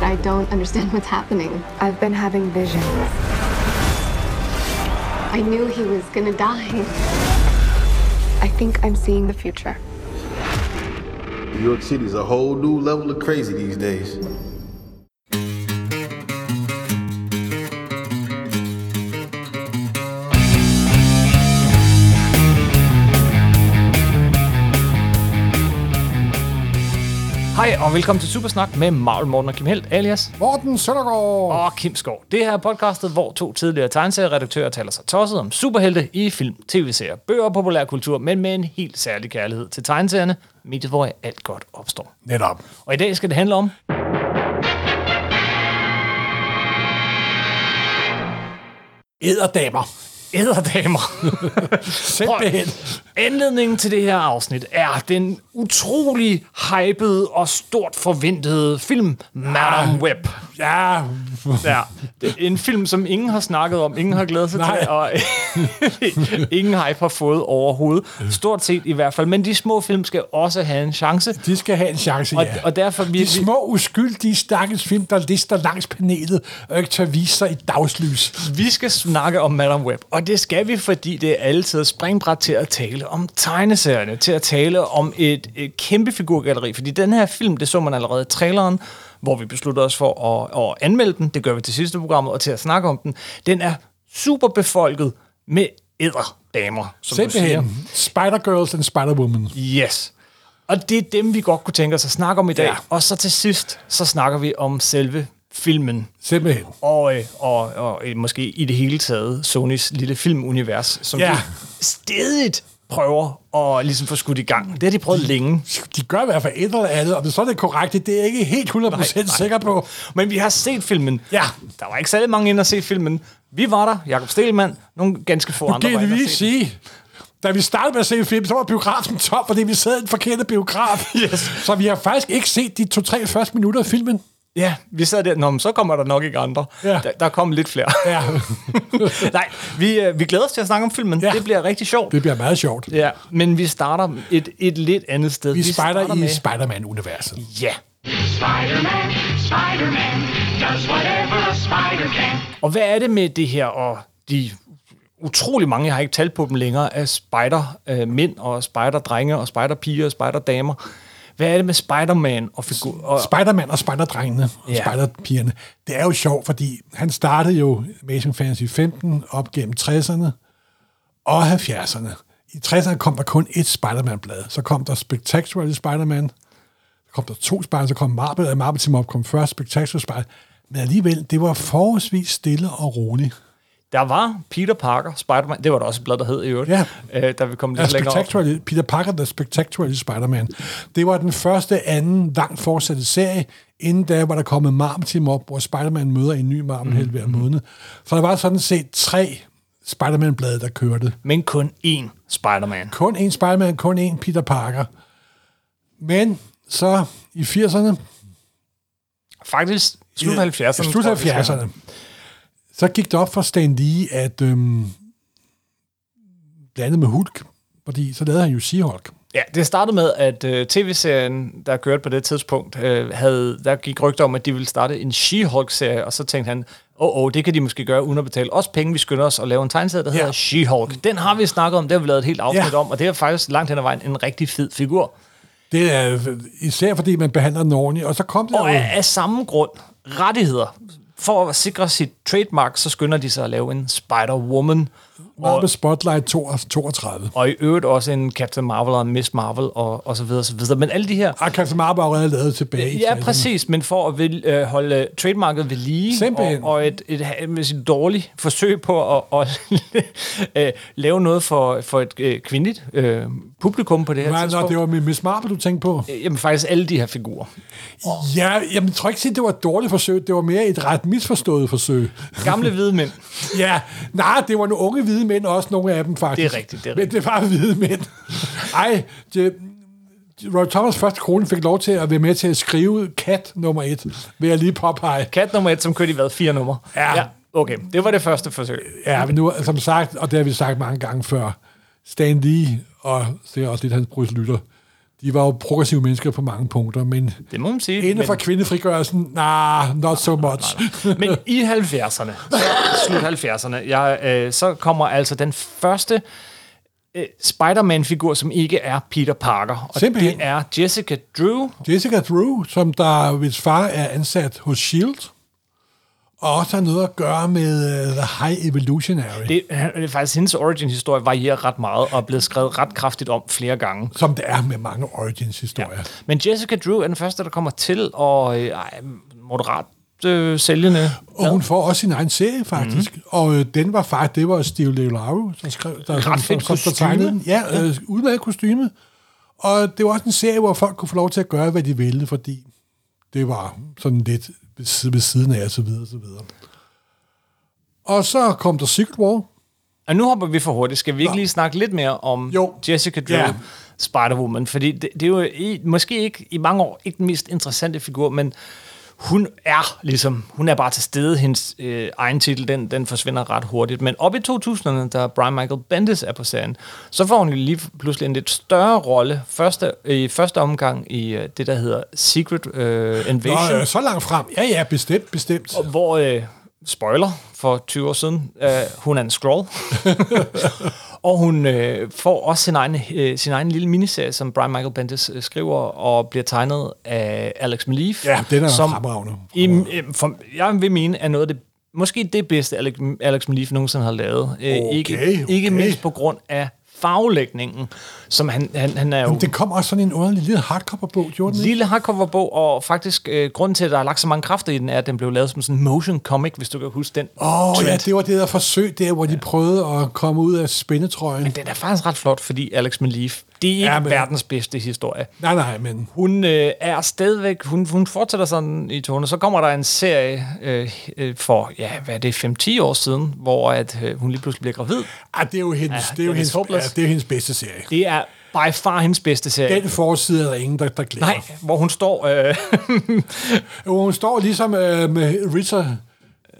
I don't understand what's happening. I've been having visions. I knew he was gonna die. I think I'm seeing the future. New York City's a whole new level of crazy these days. Hej og velkommen til Supersnak med Marvel Morten og Kim Helt, alias Morten Søndergaard. og Kim Skov. Det her er podcastet, hvor to tidligere tegneserieredaktører taler sig tosset om superhelte i film, tv-serier, bøger og populærkultur, men med en helt særlig kærlighed til tegneserierne, mediet hvor alt godt opstår. Netop. Og i dag skal det handle om Æderdamer. æderdamer. Simpelthen. Anledningen til det her afsnit er den utrolig hypede og stort forventede film Madame Web. Ja, Ja, det er en film, som ingen har snakket om, ingen har glædet sig Nej. til, og ingen hype har fået overhovedet. Stort set i hvert fald. Men de små film skal også have en chance. de skal have en chance, Og- ja. og derfor vi- de små, uskyldige, stakkels film, der lister langs panelet og ikke tør vise sig i dagslys. Vi skal snakke om Madame Web, og det skal vi, fordi det er altid et springbræt til at tale om tegneserierne, til at tale om et, et kæmpe figurgalleri, fordi den her film, det så man allerede i traileren, hvor vi besluttede os for at, at anmelde den, det gør vi til sidste programmet, og til at snakke om den, den er super befolket med æderdamer, som du siger. Simpelthen. Spider-Girls and Spider-Woman. Yes. Og det er dem, vi godt kunne tænke os at snakke om i dag. Ja. Ja. Og så til sidst, så snakker vi om selve filmen. Simpelthen. Og, øh, og, og øh, måske i det hele taget Sonys lille filmunivers, som Ja. de stedigt prøver at ligesom få skudt i gang. Det har de prøvet længe. De gør i hvert fald et eller andet, og så er det korrekt. Det er jeg ikke helt 100% Nej, nej, nej. sikker på. Men vi har set filmen. Ja. Der var ikke særlig mange inde at se filmen. Vi var der, Jakob Stelmann, nogle ganske få andre Det var vil inde at lige se den. sige, da vi startede med at se film, så var biografen tom, fordi vi sad i den forkerte biograf. Yes. Så vi har faktisk ikke set de to-tre første minutter af filmen. Ja, vi sad der. Nå, men så kommer der nok ikke andre. Ja. Der, der kom lidt flere. Ja, Nej, vi, øh, vi glæder os til at snakke om filmen. Ja. Ja. Det bliver rigtig sjovt. det bliver meget sjovt. Ja, men vi starter et, et lidt andet sted. Vi, spejder i med- Spider-Man-universet. Ja. Spider-Man, Spider-Man does whatever a spider can. Og hvad er det med det her og de utrolig mange, jeg har ikke talt på dem længere, af spider-mænd og spider-drenge og spider-piger og spider-damer. Hvad er det med Spider-Man og figur? Og, Spider-Man og Spider-drengene og Ja. Spider-pigerne. Det er jo sjovt, fordi han startede jo Amazing Fantasy 15 op gennem 60'erne og 70'erne. I 60'erne kom der kun et Spider-Man-blad. Så kom der Spectacular Spider-Man. Så kom der to Spider-Man, så kom Marvel, og Marvel Team Up kom først, Spectacular Spider-Man. Men alligevel, det var forholdsvis stille og roligt. der var Peter Parker, Spider-Man, det var der også et blad, der hed i øvrigt, Ja. øh, da vi kom Ja, lidt længere op. Spectacular, Peter Parker, The Spectacular Spider-Man. Det var den første, anden, langt fortsatte serie. Inden da var der kommet Marvel Team op, hvor Spider-Man møder en ny marvel mm-hmm. hver Mhm. måned. Så der var sådan set tre Spider-Man-blade, der kørte. Men kun én Spider-Man. Kun en Spider-Man, kun en Peter Parker. Men så i 80'erne, Faktisk slut Ja, 70'erne. Slut tror jeg, vi skal- 70'erne. Så gik det op for Stan Lee, at øhm, blandet med Hulk, fordi så lavede han jo She-Hulk. Ja, det startede med, at øh, tv-serien, der kørte på det tidspunkt, øh, havde, der gik rygter om, at de ville starte en She-Hulk-serie, og så tænkte han, åh, oh, oh, det kan de måske gøre uden at betale os penge. Vi skynder os at lave en tegneserie, der Ja. hedder She-Hulk. Den har vi snakket om, det har vi lavet et helt afsnit Ja. om, og det er faktisk langt hen ad vejen en rigtig fed figur. Det er især fordi, man behandler den ordentligt. Og så kom der Og jo... af, af samme grund, rettigheder. For at sikre sit trademark, så skynder de sig at lave en Spider-Woman, Marvel Spotlight 32. og i øvrigt også en Captain Marvel og en Miss Marvel, og, og så videre, så videre. Men alle de her Og Captain Marvel er allerede lavet tilbage. i Ja, 60'erne. præcis, men for at vil, øh, holde trademarket ved lige, Simpelthen. og, og et, et, et, med sit dårligt forsøg på at, at øh, lave noget for, for et øh, kvindeligt øh, publikum på det her Nej, nå, tidspunkt. det var med Miss Marvel, du tænkte på. Øh, Jamen faktisk alle de her figurer. Ja, jamen, jeg tror ikke, at det var et dårligt forsøg. Det var mere et ret misforstået forsøg. Gamle hvide mænd. Ja, nej, det var nogle unge hvide mænd, også nogle af dem faktisk. Det er rigtigt, det er Men det var hvide mænd. Ej, det, Roy Thomas første krone fik lov til at være med til at skrive kat nummer et, vil jeg lige påpege. Kat nummer et, som kørte i hvad? Fire numre? Ja. Okay, det var det første forsøg. Ja, men nu, som sagt, og det har vi sagt mange gange før, Stan Lee, og det er også lidt hans Bruce Lytter, de var jo progressive mennesker på mange punkter, men Det må man sige. inden for men- kvindefrigørelsen, nah, not so much. Men i 70'erne, så slut 70'erne, jeg, øh, så kommer altså den første øh, Spider-Man-figur, som ikke er Peter Parker. Og Simpelthen. det er Jessica Drew. Jessica Drew, som der, hvis far er ansat hos S.H.I.E.L.D., E og også har noget at gøre med uh, The High Evolutionary, det. Det, øh, det er faktisk hendes origin-historie varierer ret meget og er blevet skrevet ret kraftigt om flere gange. som det er med mange origins-historier. Men Jessica Drew er den første, der kommer til og øh, ej, moderat øh, sælgende. Og hun får også sin egen serie, faktisk. Mhm. Mm-hmm. Og øh, den var faktisk, det var Steve Leolaro, der skrev, der, som, fedt som, kostume. som, der tegnede den. Ja, øh, udmærket kostyme. Og det var også en serie, hvor folk kunne få lov til at gøre, hvad de ville, fordi det var sådan lidt ved, si- ved siden af, og så videre, og så videre. Og så kom der Secret War. Og nu hopper vi for hurtigt. Skal vi ikke lige snakke lidt mere om Jo. Jessica Drew, Ja. yeah. Spider-Woman? Fordi det, det er jo i, måske ikke i mange år ikke den mest interessante figur, men hun er ligesom, hun er bare til stede. Hendes øh, egen titel, den, den forsvinder ret hurtigt. Men op i 2000'erne, da Brian Michael Bendis er på serien, så får hun jo lige pludselig en lidt større rolle første, i første omgang i øh, det, der hedder Secret øh, Invasion. Nå, øh, så langt frem. Ja, ja, bestemt, bestemt. Og hvor, øh, spoiler, for 20 år siden, øh, hun er en scroll. og hun øh, får også sin egen, øh, sin egen lille miniserie, som Brian Michael Bendis øh, skriver, og bliver tegnet af Alex Malief. Ja, den er som fremragende. I, øh, for, jeg vil mene, er noget af det Måske det bedste, Alex, Alex Malief nogensinde har lavet. Øh, Okay, ikke, okay. ikke mindst på grund af farvelægningen, som han, han, han er jo... Men det kom også sådan en underlig lille hardcover-bog, gjorde den ikke? Lille hardcoverbog, og faktisk øh, grunden til, at der er lagt så mange kræfter i den, er, at den blev lavet som sådan en motion comic, hvis du kan huske den. Åh, oh, trend. ja, det var det der forsøg der, hvor de prøvede at komme ud af spændetrøjen. Men den er faktisk ret flot, fordi Alex Malief, det er ikke Ja, ja, men- men... verdens bedste historie. Nej, nej, men Hun øh, er stadigvæk, hun, hun fortsætter sådan i tone, så kommer der en serie øh, øh, for, ja, hvad er det, 5-10 år siden, hvor at, øh, hun lige pludselig bliver gravid. Ah, det er jo hendes, ja, det er den jo er hendes, ja, håbløs. det er jo hendes bedste serie. Det er by far hendes bedste serie. Den forside er der ingen, der, der glæder. Nej, hvor hun står, øh, Jo, Hun står ligesom øh, med Ritter,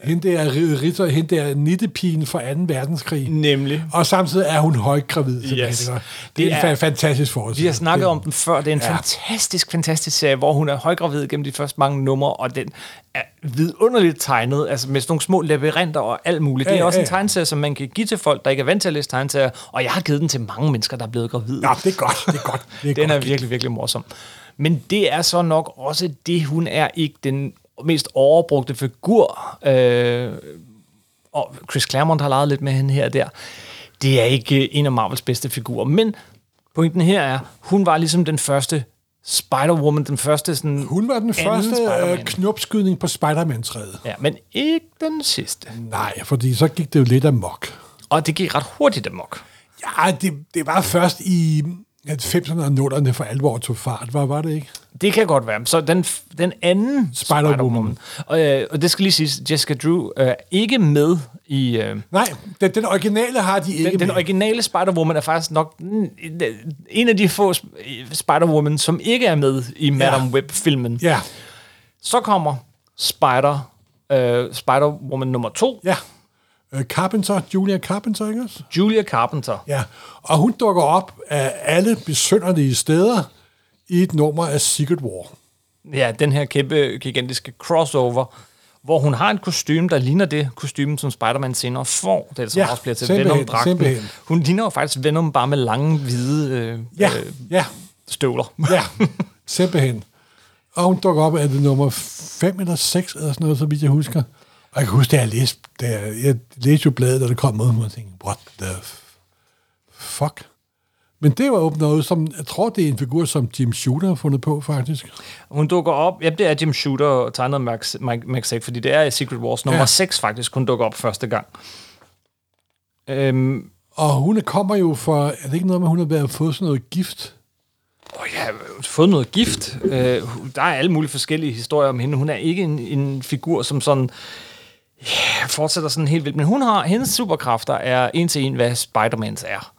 hende der, Ritter, hende der nittepigen fra 2. verdenskrig. nemlig, Og samtidig er hun højt gravid. simpelthen, Yes. ikke? Det, Det er en er- fa- fantastisk forside. Vi har snakket Det- om den før. Det er en Ja. ja. fantastisk, fantastisk serie, hvor hun er højgravid gennem de første mange numre, og den er vidunderligt tegnet, altså med sådan nogle små labyrinter og alt muligt. Ja, Ja, det er ja, også ja. en tegneserie, som man kan give til folk, der ikke er vant til at læse tegneserier, og jeg har givet den til mange mennesker, der er blevet gravide. Nå, det er godt, det er godt. Det er den godt. er virkelig, virkelig morsom. Men det er så nok også det, hun er ikke den mest overbrugte figur. Øh, og Chris Claremont har leget lidt med hende her og der. Det er ikke øh, en af Marvels bedste figurer, men pointen her er, hun var ligesom den første Spider-Woman, den første sådan... Hun var den anden første øh, Spider-Man. knopskydning på Spider-Man-træet. Ja, men ikke den sidste. Nej, fordi så gik det jo lidt amok. Og det gik ret hurtigt amok. Ja, det, det var først i 90'erne og 0'erne for alvor tog fart. Var, var det ikke? Det kan godt være. Så den, f- den anden Spider-Woman. Spider-Woman. Og, øh, og det skal lige siges, Jessica Drew øh, er ikke med i... Øh, Nej, den, den originale har de ikke den, den med. originale Spider-Woman er faktisk nok mm, en af de få sp- Spider-Woman, som ikke er med i Madame Web-filmen. Ja, Så kommer Spider, øh, Spider-Woman nummer to, ja. Øh, Carpenter, Julia Carpenter, ikke også? Julia Carpenter. Ja, og hun dukker op af alle besynderlige steder i et nummer af Secret War. Ja, den her kæmpe, gigantiske crossover, hvor hun har et kostume, der ligner det kostume, som Spider-Man senere får, det er, som Ja, ja, også bliver til simpelthen, Venom-dragten. simpelthen. Hun ligner jo faktisk Venom bare med lange, hvide øh, Ja, øh, ja, støvler. ja, simpelthen. Og hun dukker op af det nummer 5 eller 6 eller sådan noget, så vidt jeg husker. Og jeg kan huske, da jeg læste, da jeg, jeg læste jo bladet, og det kom med, og jeg tænkte, what the f- fuck? Men det var jo noget, som, jeg tror, det er en figur, som Jim Shooter har fundet på, faktisk. Hun dukker op, ja, det er Jim Shooter og tegnet af Max, Mike, Max Heck, fordi det er i Secret Wars nummer Ja. ja. 6 faktisk, hun dukker op første gang. Øhm, Og hun kommer jo fra, er det ikke noget med, at hun har været fået sådan noget gift? og jeg har fået noget gift. Øh, hun- der er alle mulige forskellige historier om hende. Hun er ikke en, en figur, som sådan ja, fortsætter sådan helt vildt, men hun har, hendes superkræfter er en til en, hvad Spider-Mans er.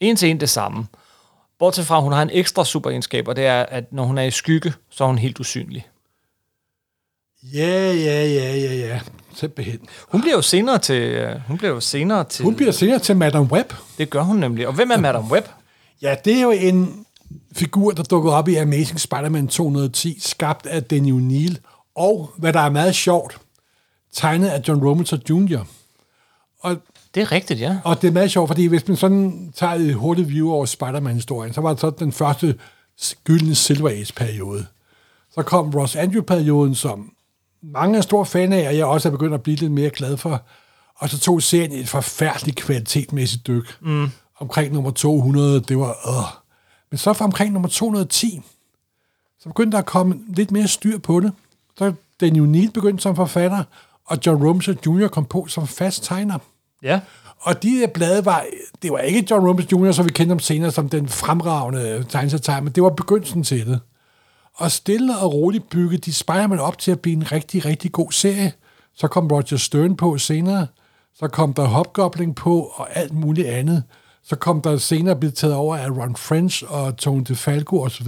En til en det samme. Bortset fra, at hun har en ekstra superegenskab, og det er, at når hun er i skygge, så er hun helt usynlig. Ja, ja, ja, ja, ja. Simpelthen. Hun bliver jo senere til... øh, Hun bliver jo senere til... Hun bliver senere til Madame Web. Det gør hun nemlig. Og hvem er Madame Web? Ja, det er jo en figur, der dukkede op i Amazing Spider-Man 210, skabt af Daniel Neal, og, hvad der er meget sjovt, tegnet af John Romita Jr. Og Det er rigtigt, ja. og det er meget sjovt, fordi hvis man sådan tager et hurtigt view over Spider-Man-historien, så var det så den første s- gyldne Silver Age-periode. Så kom Ross Andrew-perioden, som mange er store fan af, og jeg også er begyndt at blive lidt mere glad for. Og så tog serien et forfærdeligt kvalitetmæssigt dyk. Mm. Omkring nummer 200, det var... Øh. Men så fra omkring nummer 210, så begyndte der at komme lidt mere styr på det. Så Daniel Neal begyndte som forfatter, og John Romita Jr. kom på som fast tegner. Ja. Og de der blade var, det var ikke John Rumpus Jr., som vi kendte ham senere som den fremragende tegneserietegner, men det var begyndelsen til det. Og stille og roligt byggede de Spider-Man op til at blive en rigtig, rigtig god serie. Så kom Roger Stern på senere, så kom der Hobgoblin på og alt muligt andet. Så kom der senere blevet taget over af Ron French og Tony DeFalco osv.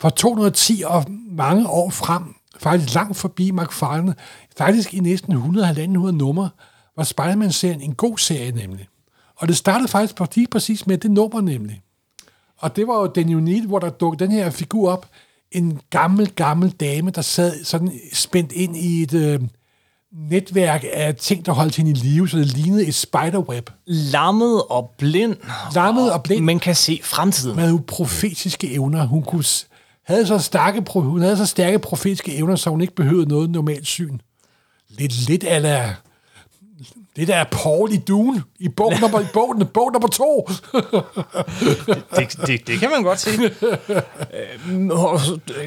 Fra 210 og mange år frem, faktisk langt forbi McFarlane, faktisk i næsten 100-100 numre, var Spider-Man-serien en god serie nemlig. Og det startede faktisk på- lige præcis med det nummer nemlig. Og det var jo Daniel Neal, hvor der dukkede den her figur op. En gammel, gammel dame, der sad sådan spændt ind i et øh, netværk af ting, der holdt hende i live, så det lignede et spiderweb. Lammet og blind. Lammet og blind. Man kan se fremtiden. Hun havde jo profetiske evner. Hun, kunne, s- havde så stærke, pro- hun havde så stærke profetiske evner, så hun ikke behøvede noget normalt syn. Lidt, lidt af la, lidt af Paul i Dune, i bog nummer, i bogen, bog nummer to. Det, det, det kan man godt se. Øhm, og-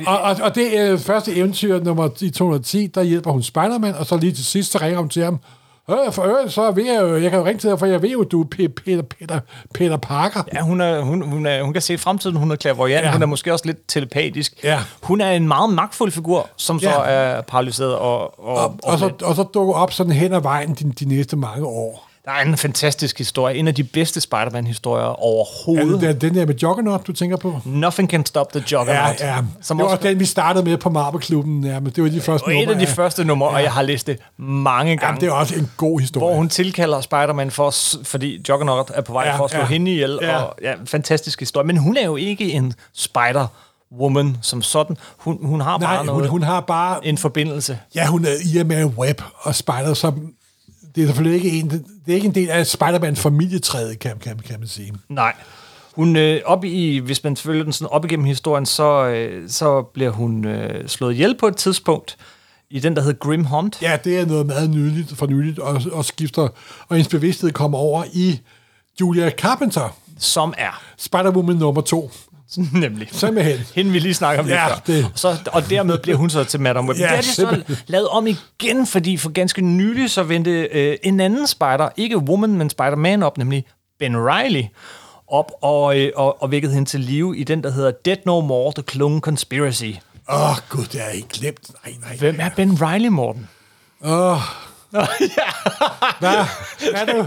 Og, og, og det øh, første eventyr nummer i 210, der hjælper hun Spider-Man, og så lige til sidst, så ringer hun til ham, øh, for øvrigt, så ved jeg jo, jeg kan jo ringe til dig, for jeg ved jo, du er Pe- Peter, Peter, Peter Parker. Ja, hun, er, hun, hun, er, hun kan se fremtiden, hun er klærvoyant, Ja. ja. hun er måske også lidt telepatisk. Ja. Hun er en meget magtfuld figur, som så Ja. er paralyseret og... og, Og, og, så, og så dukker op sådan hen ad vejen de, de næste mange år. Der er en fantastisk historie, en af de bedste Spider-Man-historier Er overhovedet. det den- den der med Juggernaut, du tænker på? Nothing Can Stop the Juggernaut. Ja, ja. Som det var også, også den, vi startede med på Marble-klubben. Ja, men det var de første og et numre, af de ja. første numre, og jeg har læst det mange gange. Jamen, det er også en god historie. Hvor hun tilkalder Spider-Man, for, s- fordi Juggernaut er på vej Ja, ja, for at slå ja. ja, hende ihjel. Ja. Ja. Og, ja, fantastisk historie. Men hun er jo ikke en Spider-Woman som sådan. Hun, hun har bare Nej, noget, hun, hun har bare en forbindelse. Ja, hun er i og med web og spider, som det er selvfølgelig ikke en, det er ikke en del af Spider-Man-familietræet, kan, kan, kan man sige. Nej. Hun, øh, op i, hvis man følger den sådan op igennem historien, så, øh, så bliver hun øh, slået ihjel på et tidspunkt i den, der hedder Grim Hunt. Ja, det er noget meget nydeligt for nyligt, og, og skifter, og hendes bevidsthed kommer over i Julia Carpenter, som er Spider-Woman nummer to. nemlig Simpelthen. hende vi lige snakker om Ja, lidt det- før. Så, og dermed bliver hun så til Madame Web. Ja, Ja, det er de så simpelthen. lavet om igen, fordi for ganske nylig så vendte øh, en anden spider, ikke Woman, men Spider-Man op, nemlig Ben Reilly, op og, øh, og, og vækkede hende til live i den, der hedder Dead No More, The Clone Conspiracy. Åh, oh, gud, det er ikke glemt. Nej, nej. Hvem er Ben Reilly, Morten? Hvad? Hvad er du? Hvad er du?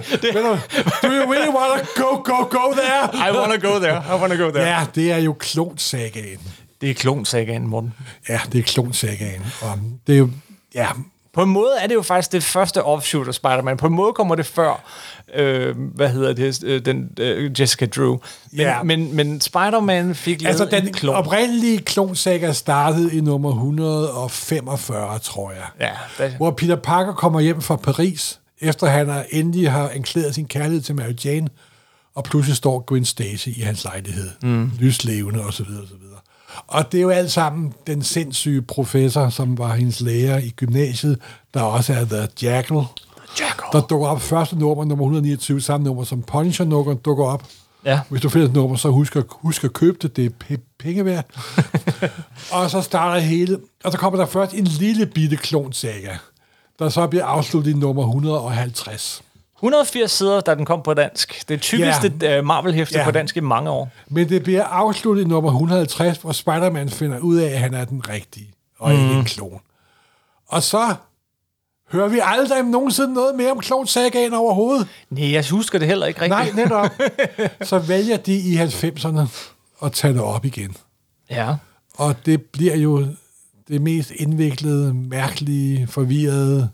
Do you really want to go, go, go there? I wanna go there, I wanna go there. Ja. Ja, det er jo klonsagaen. Det er klonsagaen, Morten. Ja, det er klonsagaen. Og det er jo, ja, På en måde er det jo faktisk det første offshoot af Spider-Man. På en måde kommer det før, øh, hvad hedder det, øh, den, øh, Jessica Drew. Men, Ja. men, men Spider-Man fik lavet Altså, den en klon. oprindelige klonsaga startede i nummer 145, tror jeg. Ja, det- Hvor Peter Parker kommer hjem fra Paris, efter han har endelig har erklæret sin kærlighed til Mary Jane, og pludselig står Gwen Stacy i hans lejlighed. Mm. Lyslevende osv. Og, så videre, og, så videre. og det er jo alt sammen den sindssyge professor, som var hendes lærer i gymnasiet, der også er The Jackal, der dukker op første nummer, nummer 129, samme nummer som Punisher nummer dukker op. Ja. Hvis du finder et nummer, så husk at, husk at købe det, det er pe- penge værd. og så starter hele, og så kommer der først en lille bitte klonsaga, der så bliver afsluttet i nummer 150. 180 sider, da den kom på dansk. Det typiske yeah. Marvel-hæfte Ja. yeah. på dansk i mange år. Men det bliver afsluttet i nummer 150, hvor Spider-Man finder ud af, at han er den rigtige, og mm. ikke en klon. Og så hører vi aldrig nogensinde noget mere om klonsagaen overhovedet. Nej, jeg husker det heller ikke Nej, rigtigt. netop. så vælger de i 90'erne at tage det op igen. Ja. Og det bliver jo det mest indviklede, mærkelige, forvirrede,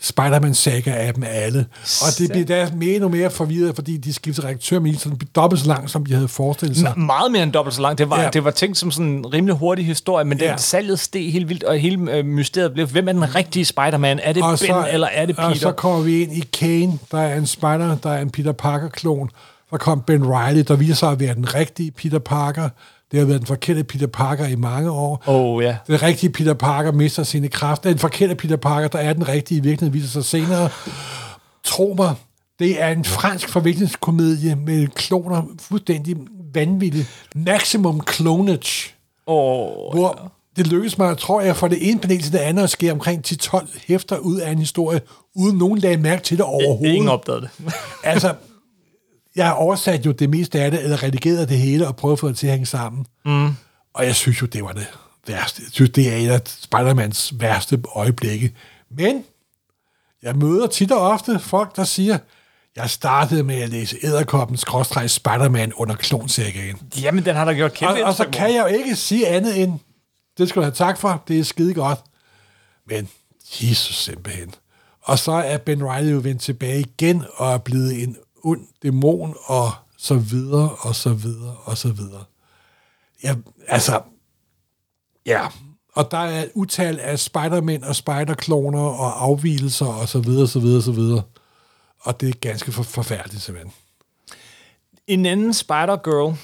Spider-Man-saga af dem alle. Og det bliver da mere og mere forvirret, fordi de skifter redaktør, men så den bliver dobbelt så lang, som de havde forestillet sig. Me- meget mere end dobbelt så langt. Det var, Ja. ja. det var tænkt som sådan en rimelig hurtig historie, men den Ja. salget steg helt vildt, og hele øh, mysteriet blev, hvem er den rigtige Spider-Man? Er det Ben, eller er det Peter? Og så kommer vi ind i Kane, der er en Spider, der er en Peter Parker-klon. Så kom Ben Riley, der viser sig at være den rigtige Peter Parker. Det har været den forkerte Peter Parker i mange år. Åh, ja. Den rigtige Peter Parker mister sine kræfter. Den forkerte Peter Parker, der er den rigtige i virkeligheden, viser sig senere. Tro mig, det er en fransk forviklingskomedie med kloner fuldstændig vanvittigt. Maximum clonage Åh, hvor det lykkedes mig, tror jeg, fra det ene panel til det andet at skære omkring 10-12 hæfter ud af en historie, uden nogen lagde mærke til det overhovedet. ingen opdagede det. altså, jeg har oversat jo det meste af det, eller redigeret det hele, og prøvet at få det til at hænge sammen. Mm. Og jeg synes jo, det var det værste. Jeg synes, det er et af Spider-Mans værste øjeblikke. Men jeg møder tit og ofte folk, der siger, jeg startede med at læse Æderkoppens skråstreg Spider-Man under klonsækken. Jamen, den har da gjort kæmpe Og, og så indtryk, kan jeg jo ikke sige andet end, det skal du have tak for, det er skide godt. Men Jesus simpelthen. Og så er Ben Riley jo vendt tilbage igen, og er blevet en ond dæmon, og så videre, og så videre, og så videre. Ja, altså, ja. Og der er et utal af spidermænd og spiderkloner og afvielser og så videre, så videre, så videre. Og det er ganske for, forfærdeligt, simpelthen. En anden Spider-Girl,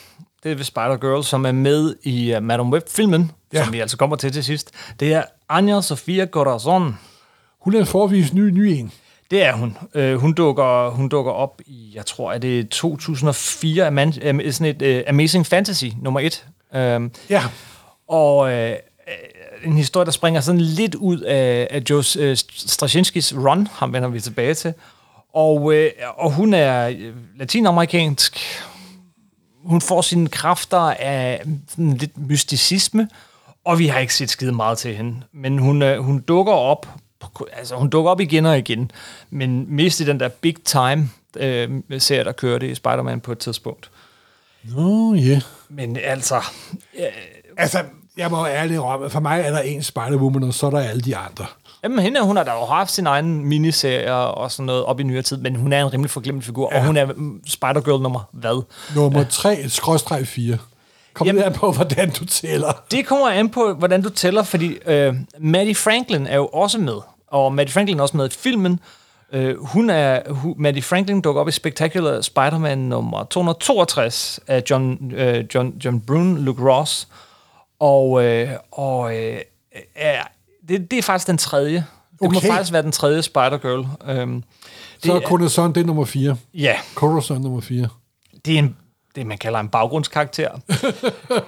det er ved Spider-Girl, som er med i uh, Madame Web-filmen, Ja. ja. som vi altså kommer til til sidst, det er Anja Sofia Corazon. Hun er en forvis ny, ny en. Det er hun. Øh, hun, dukker, hun dukker op i, jeg tror, at det er 2004, af man, øh, sådan et øh, Amazing Fantasy nummer 1. Øh, Ja, og øh, øh, en historie, der springer sådan lidt ud af, af Joe øh, Straczynskis run, ham vender vi tilbage til. Og, øh, og hun er øh, latinamerikansk. Hun får sine kræfter af sådan lidt mysticisme, og vi har ikke set skide meget til hende. Men hun, øh, hun dukker op på- altså hun dukker op igen og igen, men mest i den der big time øh, serie, der kørte i Spider-Man på et tidspunkt. oh, yeah. Men altså, Altså, jeg må ærligt rømme, for mig er der en Spider-Woman, og så er der alle de andre. Jamen, hende, hun har da jo haft sin egen miniserie og sådan noget op i nyere tid, men hun er en rimelig forglemt figur, ja. og hun er mm, Spider-Girl nummer hvad? Nummer 3, skråstreg 4. Kom Jamen- Jamen. der på, hvordan du tæller. Det kommer an på, hvordan du tæller, fordi øh, Maddie Franklin er jo også med, og Maddie Franklin er også med i filmen. Øh, hun er, hu, Maddie Franklin dukker op i Spectacular Spider-Man nummer 262 af John, øh, John, John Brune, Luke Ross, og, øh, og øh, er, det, det er faktisk den tredje. Det okay. må Okay. faktisk være den tredje Spider-Girl. Øhm, Så er Corazon, det er nummer 4. ja, Corazon nummer 4. det er en, det, man kalder en baggrundskarakter.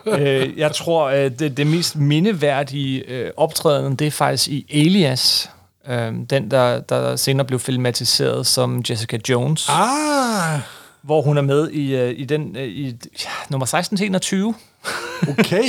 øh, jeg tror, øh, det, det mest mindeværdige øh, optræden, det er faktisk i Alias. Øh, den, der, der senere blev filmatiseret som Jessica Jones. Ah. Ah, Hvor hun er med i, øh, i den øh, i, ja, nummer 16 til 21. okay.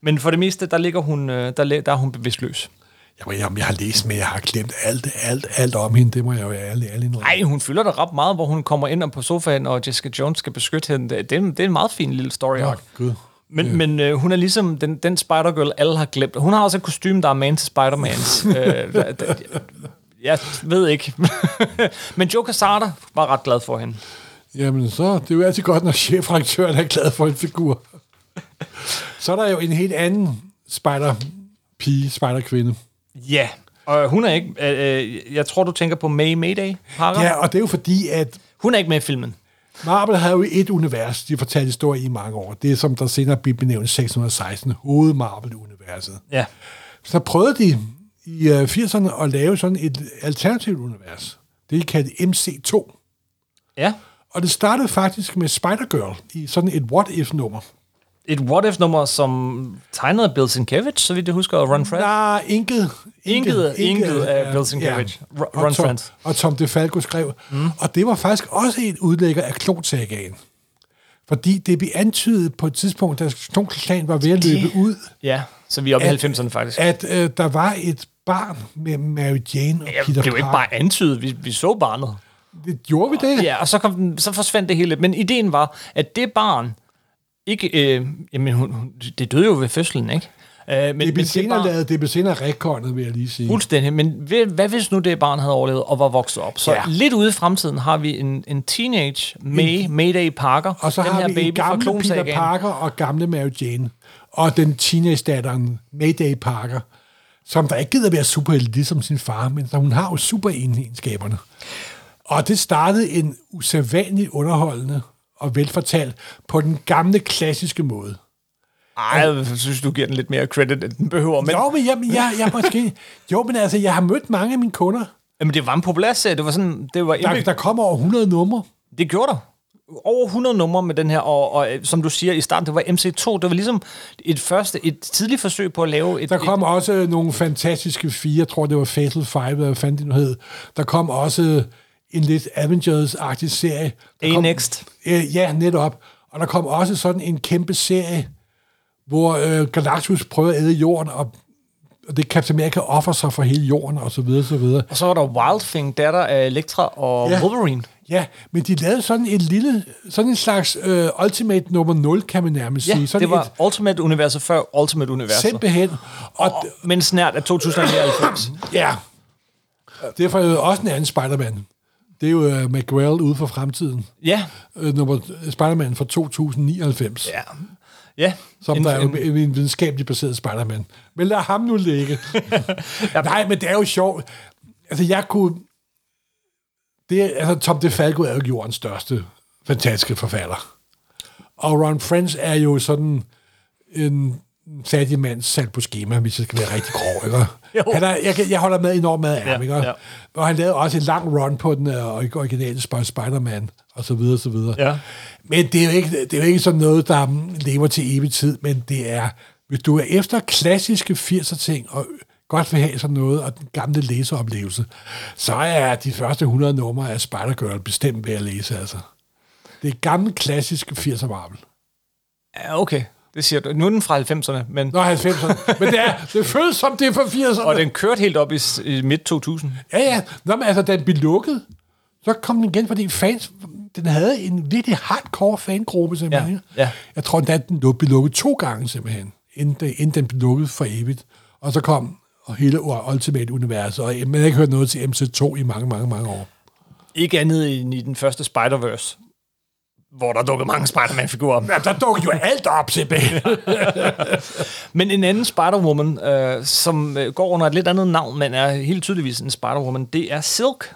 Men for det meste, der ligger hun, øh, der, lig- der er hun bevidstløs. Jamen, jamen, jeg har læst med, jeg har glemt alt, alt, alt om hende. Det må jeg jo ærligt, ærligt indrømme. Nej, hun fylder der ret meget, hvor hun kommer ind på sofaen, og Jessica Jones skal beskytte hende. Det er, en- det er en meget fin lille story arc. Åh, Gud. Men, yeah. men øh, hun er ligesom den, den Spider-Girl, alle har glemt. Hun har også et kostume, der er man til Spider-Mans. øh, der- der- jeg ved ikke. men Joe Quesada var ret glad for hende. Jamen, så det er jo altid godt, når chefredaktøren er glad for en figur. så er der jo en helt anden spider-pige, spider-kvinde. Ja. Og hun er ikke... Øh, øh, jeg tror, du tænker på May Mayday, Parker. Ja, og det er jo fordi, at Hun er ikke med i filmen. Marvel havde jo et univers, de fortalte historie i mange år. Det er som der senere blev benævnt 616, hoved-Marvel-universet. Ja. Så prøvede de i øh, 80'erne at lave sådan et alternativt univers. Det er kaldt MC2. Ja. Og det startede faktisk med Spider-Girl i sådan et what-if-nummer. Et What If-nummer, som tegnede Bill Sienkiewicz, så vidt jeg husker, og Ron Fred. Nej, inket. Inket- inket af Bill Sienkiewicz. Ru- Og Ron Tom- Friends. Og Tom DeFalco skrev. Mm. Og det var faktisk også en udlægger af klontagaen. Fordi det blev antydet på et tidspunkt, da klonklagen var ved at løbe ud, Ja, så vi er oppe i At- 90'erne faktisk. at øh, der var et barn med Mary Jane og Ja, Peter det er jo ikke Parker. bare antydet, vi, vi så barnet. Det gjorde vi det? Ja, og så, kom den, så forsvandt det hele. Men ideen var, at det barn ikke... Øh, jamen, hun, hun, det døde jo ved fødslen, ikke? Øh, men, men Det blev senere bare- lavet, det blev senere rekordet, vil jeg lige sige. Fuldstændig, men ved- hvad hvis nu det barn havde overlevet og var vokset op? Så ja. Ja. lidt ude i fremtiden har vi en, en teenage May, Mayday Parker, Og så den har her vi baby en gamle fra Peter Klonsagaen. Parker og gamle Mary Jane. Og den teenage-datteren Mayday Parker, som der ikke gider være superhelt ligesom sin far, men som hun har jo superegenskaberne. Og det startede en usædvanligt underholdende og velfortalt på den gamle klassiske måde. Ej, jeg synes, du giver den lidt mere credit, end den behøver. Men, Men... Jo, men jeg, jeg, jeg måske... Jo, men altså, jeg har mødt mange af mine kunder, Jamen, det var en populær serie. Det var sådan, det var der, indbyg... der kommer over 100 numre. Det gjorde der. Over 100 numre med den her, og, og øh, som du siger i starten, det var MC2. Det var ligesom et første, et tidligt forsøg på at lave et... Der kom også nogle fantastiske fire, jeg tror det var Fatal Five, eller hvad fanden det nu hed. Der kom også en lidt Avengers-agtig serie. Der kom- A-Next. Øh, ja, netop. Og der kom også sådan en kæmpe serie, hvor øh, Galactus prøver at æde jorden, og, og det er Captain America offer sig for hele jorden, og så videre, så videre. Og så var der Wild Thing, datter af Elektra og Ja. Wolverine. Ja, men de lavede sådan en lille, sådan en slags øh, Ultimate nummer 0, kan man nærmest Ja, sige. Sådan det var et, Ultimate-universet før Ultimate-universet. simpelthen. Og, d- Men snært af 2099. Ja. Det er for øvrigt også en anden Spider-Man. Det er jo uh, McGrail ude for fremtiden. ja, Uh, nummer, Spider-Man fra 2099. Ja. Ja. Ja. Som En- der er en- en, en videnskabeligt baseret Spider-Man. Men lad ham nu ligge. Nej, men det er jo sjovt. Altså, jeg kunne... Det, er- altså, Tom DeFalco er jo jordens største fantastiske forfatter. Og Ron Friends er jo sådan en fattig mand sat på schema, hvis jeg skal være rigtig grov, ikke? Jo. Han er, jeg, kan- jeg holder med enormt meget af ham, Ja, ikke? ja. Og han lavede også en lang run på den øh, orig- originale Sp- Spider-Man, og så videre, så videre. Ja. Men det er, jo ikke, det er jo ikke sådan noget, der mm, lever til evig tid, men det er, hvis du er efter klassiske 80'er ting, og godt vil have sådan noget, og den gamle læseoplevelse, så er de første 100 numre af Spider-Girl bestemt ved at læse, altså. Det er gammel, klassisk 80'er Marvel. ja, okay. Det siger du. Nu er den fra 90'erne, men... Nå, 90'erne. Men det, er, det føles som, det er fra 80'erne. Og den kørte helt op i, s- i midt 2000. Ja, ja. Nå, men altså, den blev lukket. Så kom den igen, fordi fans, den havde en virkelig hardcore fangruppe, simpelthen. Ja, ja. Jeg tror endda, den lå- blev lukket to gange, simpelthen, inden, det, inden den blev lukket for evigt. Og så kom og hele Ultimate-universet, og man har ikke hørt noget til MC2 i mange, mange, mange år. Ikke andet end i den første Spider-Verse, hvor der dukkede mange Spider-Man-figurer op. Ja, der dukkede jo alt op, simpelthen. Men en anden Spider-Woman, øh, som øh, går under et lidt andet navn, men er helt tydeligvis en Spider-Woman, det er Silk.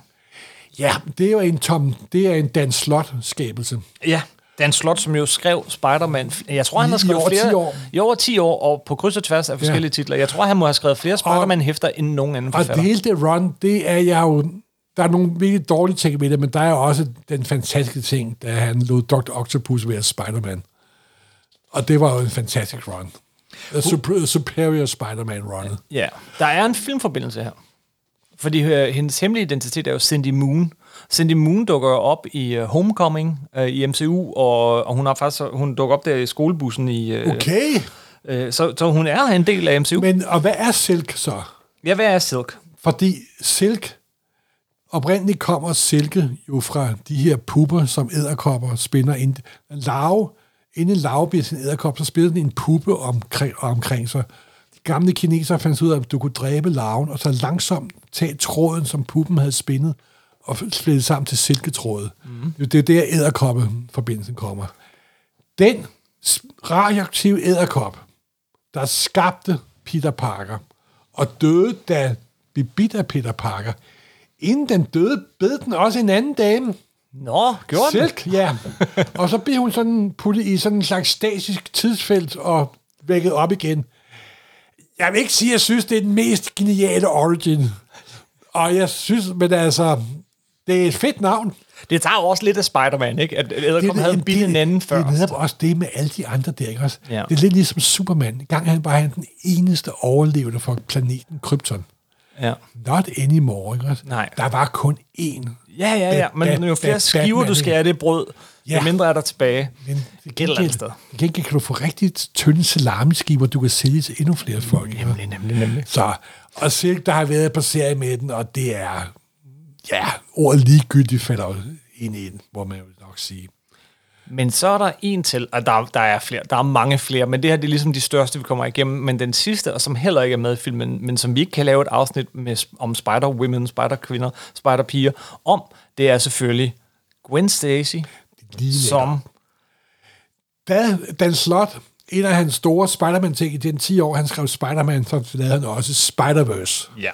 ja, det er jo en Tom, det er en Dan Slot-skabelse. Ja. Dan Slot, som jo skrev Spider-Man. Jeg tror, han har I skrevet over 10 flere... år. I over 10 år, og på kryds og tværs af forskellige ja. titler. Jeg tror, han må have skrevet flere Spider-Man-hæfter end nogen anden Og det forfatter. hele det run, det er jeg jo... Der er nogle virkelig dårlige ting ved det, men der er jo også den fantastiske ting, da han lod Dr. Octopus være Spider-Man. Og det var jo en fantastisk run. The super, Superior Spider-Man runnet. Ja, der er en filmforbindelse her. Fordi øh, hendes hemmelige identitet er jo Cindy Moon. Cindy Moon dukker jo op i øh, Homecoming øh, i MCU, og, og hun, har faktisk, hun dukker op der i skolebussen. I, øh, Okay, øh, så, så hun er en del af MCU. Men, men og hvad er Silk så? ja, hvad er Silk? Fordi Silk, oprindeligt kommer Silke jo fra de her pupper, som æderkopper spinder ind. Larve, inden en larve bliver til en æderkop, så spiller den en puppe omkring, omkring sig. De gamle kinesere fandt ud af, at du kunne dræbe larven, og så langsomt tage tråden, som puppen havde spindet, og flette sammen til silketråde. Mm. Det er jo der æderkoppe-forbindelsen kommer. Den s- radioaktive æderkop, der skabte Peter Parker, og døde, da blev bidt af Peter Parker. Inden den døde, bed den også en anden dame. Nå, gjorde den? Silk, ja. og så blev hun sådan puttet i sådan en slags statisk tidsfelt og vækket op igen. Jeg vil ikke sige, at jeg synes, det er den mest geniale origin. Og jeg synes, men altså, det er et fedt navn. Det tager jo også lidt af Spider-Man, ikke? At Edderkoppen havde en bitte en anden før. Det er netop også det med alle de andre der, ikke også? Ja. Ja. Det er lidt ligesom Superman. En gang han var han den eneste overlevende fra planeten Krypton. Ja. Not anymore, ikke også? Nej. Der var kun én. Ja, ja, ja. Bat- Men Bat- jo flere Bat- skiver, du Batman, skærer af det brød, ja. Ja. jo mindre er der tilbage. Men Et eller andet sted. til gengæld kan du få rigtig tynde salamiskiver, du kan sælge til endnu flere folk. ikke? Nemlig, nemlig, nemlig. Så, og Silk, der har været på serie med den, og det er, ja, ordet ligegyldigt falder jo ind i den, må man jo nok sige. Men så er der en til, og der, der er flere, der er mange flere, men det her det er ligesom de største, vi kommer igennem. Men den sidste, og som heller ikke er med i filmen, men som vi ikke kan lave et afsnit med, om spider-women, spider-kvinder, spider-piger, om, det er selvfølgelig Gwen Stacy, Lige som Da Dan Slot, en af hans store Spider-Man-ting i den 10 år, han skrev Spider-Man, så lavede han også Spider-Verse, ja,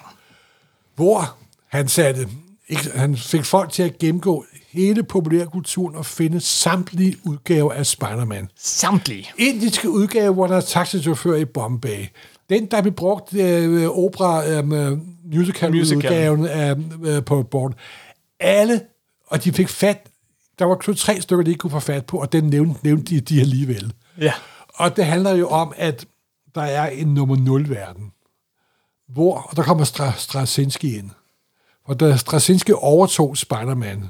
hvor han satte, ikke, han fik folk til at gennemgå hele populærkulturen og finde samtlige udgaver af Spider-Man. samtlige. Indiske udgave, hvor der er taxichauffør i Bombay. Den, der blev brugt øh, opera øh, musical-udgaven af, øh, på Born. Alle, og de fik fat, der var kun tre stykker, de ikke kunne få fat på, og den nævnte, nævnte de, de alligevel. Ja. Og det handler jo om, at der er en nummer 0-verden, hvor og der kommer Stra- Straczynski ind. Og da Straczynski overtog Spider-Man,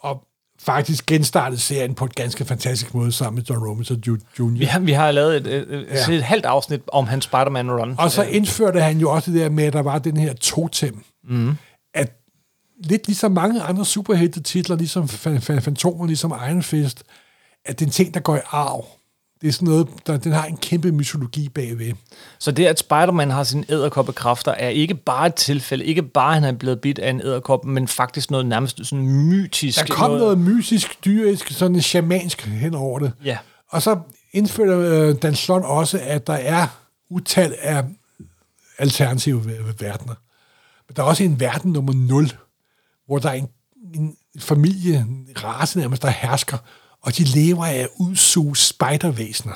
og faktisk genstartede serien på et ganske fantastisk måde sammen med John Romita Jr. Vi har, vi har lavet et, et, et, Ja. ja. et halvt afsnit om hans Spider-Man-run. Og så indførte han jo også det der med, at der var den her totem. Mm. Mm-hmm. At lidt ligesom mange andre superhelte-titler, ligesom Fa- Fa- Fantomer, ligesom Iron Fist, at det er en ting, der går i arv. Det er sådan noget, der, den har en kæmpe mytologi bagved. Så det, at Spider-Man har sine æderkoppekræfter, er ikke bare et tilfælde. Ikke bare, han er blevet bidt af en æderkop, men faktisk noget nærmest sådan mytisk. Der kom noget mysisk, dyrisk, sådan shamansk hen over det. Ja. Og så indførte øh, Dan Slot også, at der er utal af alternative ver- verdener. Men der er også en verden nummer 0, hvor der er en, en familie, en race nærmest, der hersker, og de lever af at udsuge spidervæsener.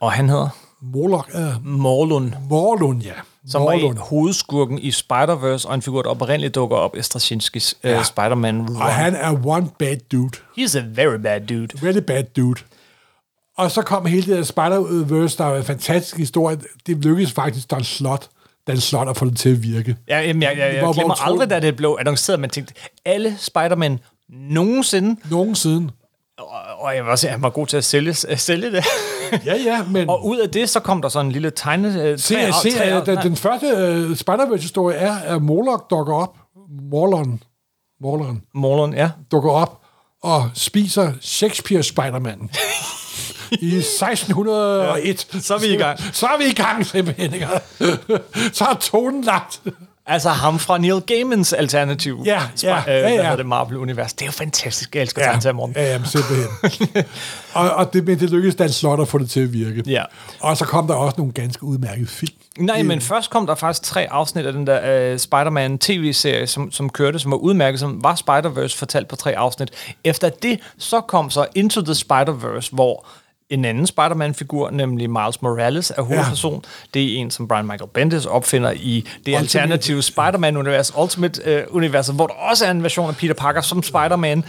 Og han hedder Morlok, øh, Morlund, Morlund, ja. som Morlund. var en hovedskurken i Spider-Verse, og en figur, der oprindeligt dukker op i Straczynskis ja. Ja. uh, Spider-Man run. Og han er one bad dude. He's a very bad dude. Really bad dude. Og så kom hele det der Spider-Verse, der er en fantastisk historie. Det lykkedes faktisk Dan Slot, Dan Slot at få det til at virke. Ja, jamen, jeg, jeg, jeg Hvor- hvor glemmer utroligt. aldrig, da det blev annonceret, at man tænkte, alle Spider-Man nogensinde, Nogen siden. og, og jeg vil også sige, at han var god til at sælge, at sælge det. Ja, ja, men... Og ud af det, så kom der sådan en lille tegne... øh, se, tre- se, tre- at den, den første uh, Spider-Verse-historie er, at Moloch dukker op. Morlon. Morlon Morlund, ja. dukker op og spiser Shakespeare Spider-Man. I 1601. så er vi i gang. Så er vi i gang, simpelthen. ikke? så er tonen lagt. Altså ham fra Neil Gaimans alternativ. Ja, Sp- ja, øh, ja, Hvad ja. hedder det? Marvel-univers. Det er jo fantastisk. Jeg elsker ja. Santa Morten. Ja, jamen, simpelthen. og, og det, men det lykkedes Dan Slot at få det til at virke. Ja. Og så kom der også nogle ganske udmærkede film. Øh, Nej, men først kom der faktisk tre afsnit af den der øh, Spider-Man tv-serie, som, som kørte, som var udmærket, som var Spider-Verse fortalt på tre afsnit. Efter det, så kom så Into the Spider-Verse, hvor en anden Spider-Man-figur, nemlig Miles Morales, er hovedperson. Ja. Det er en, som Brian Michael Bendis opfinder i det alternative Spider-Man-univers, Ultimate-universet, hvor der også er en version af Peter Parker som Spider-Man.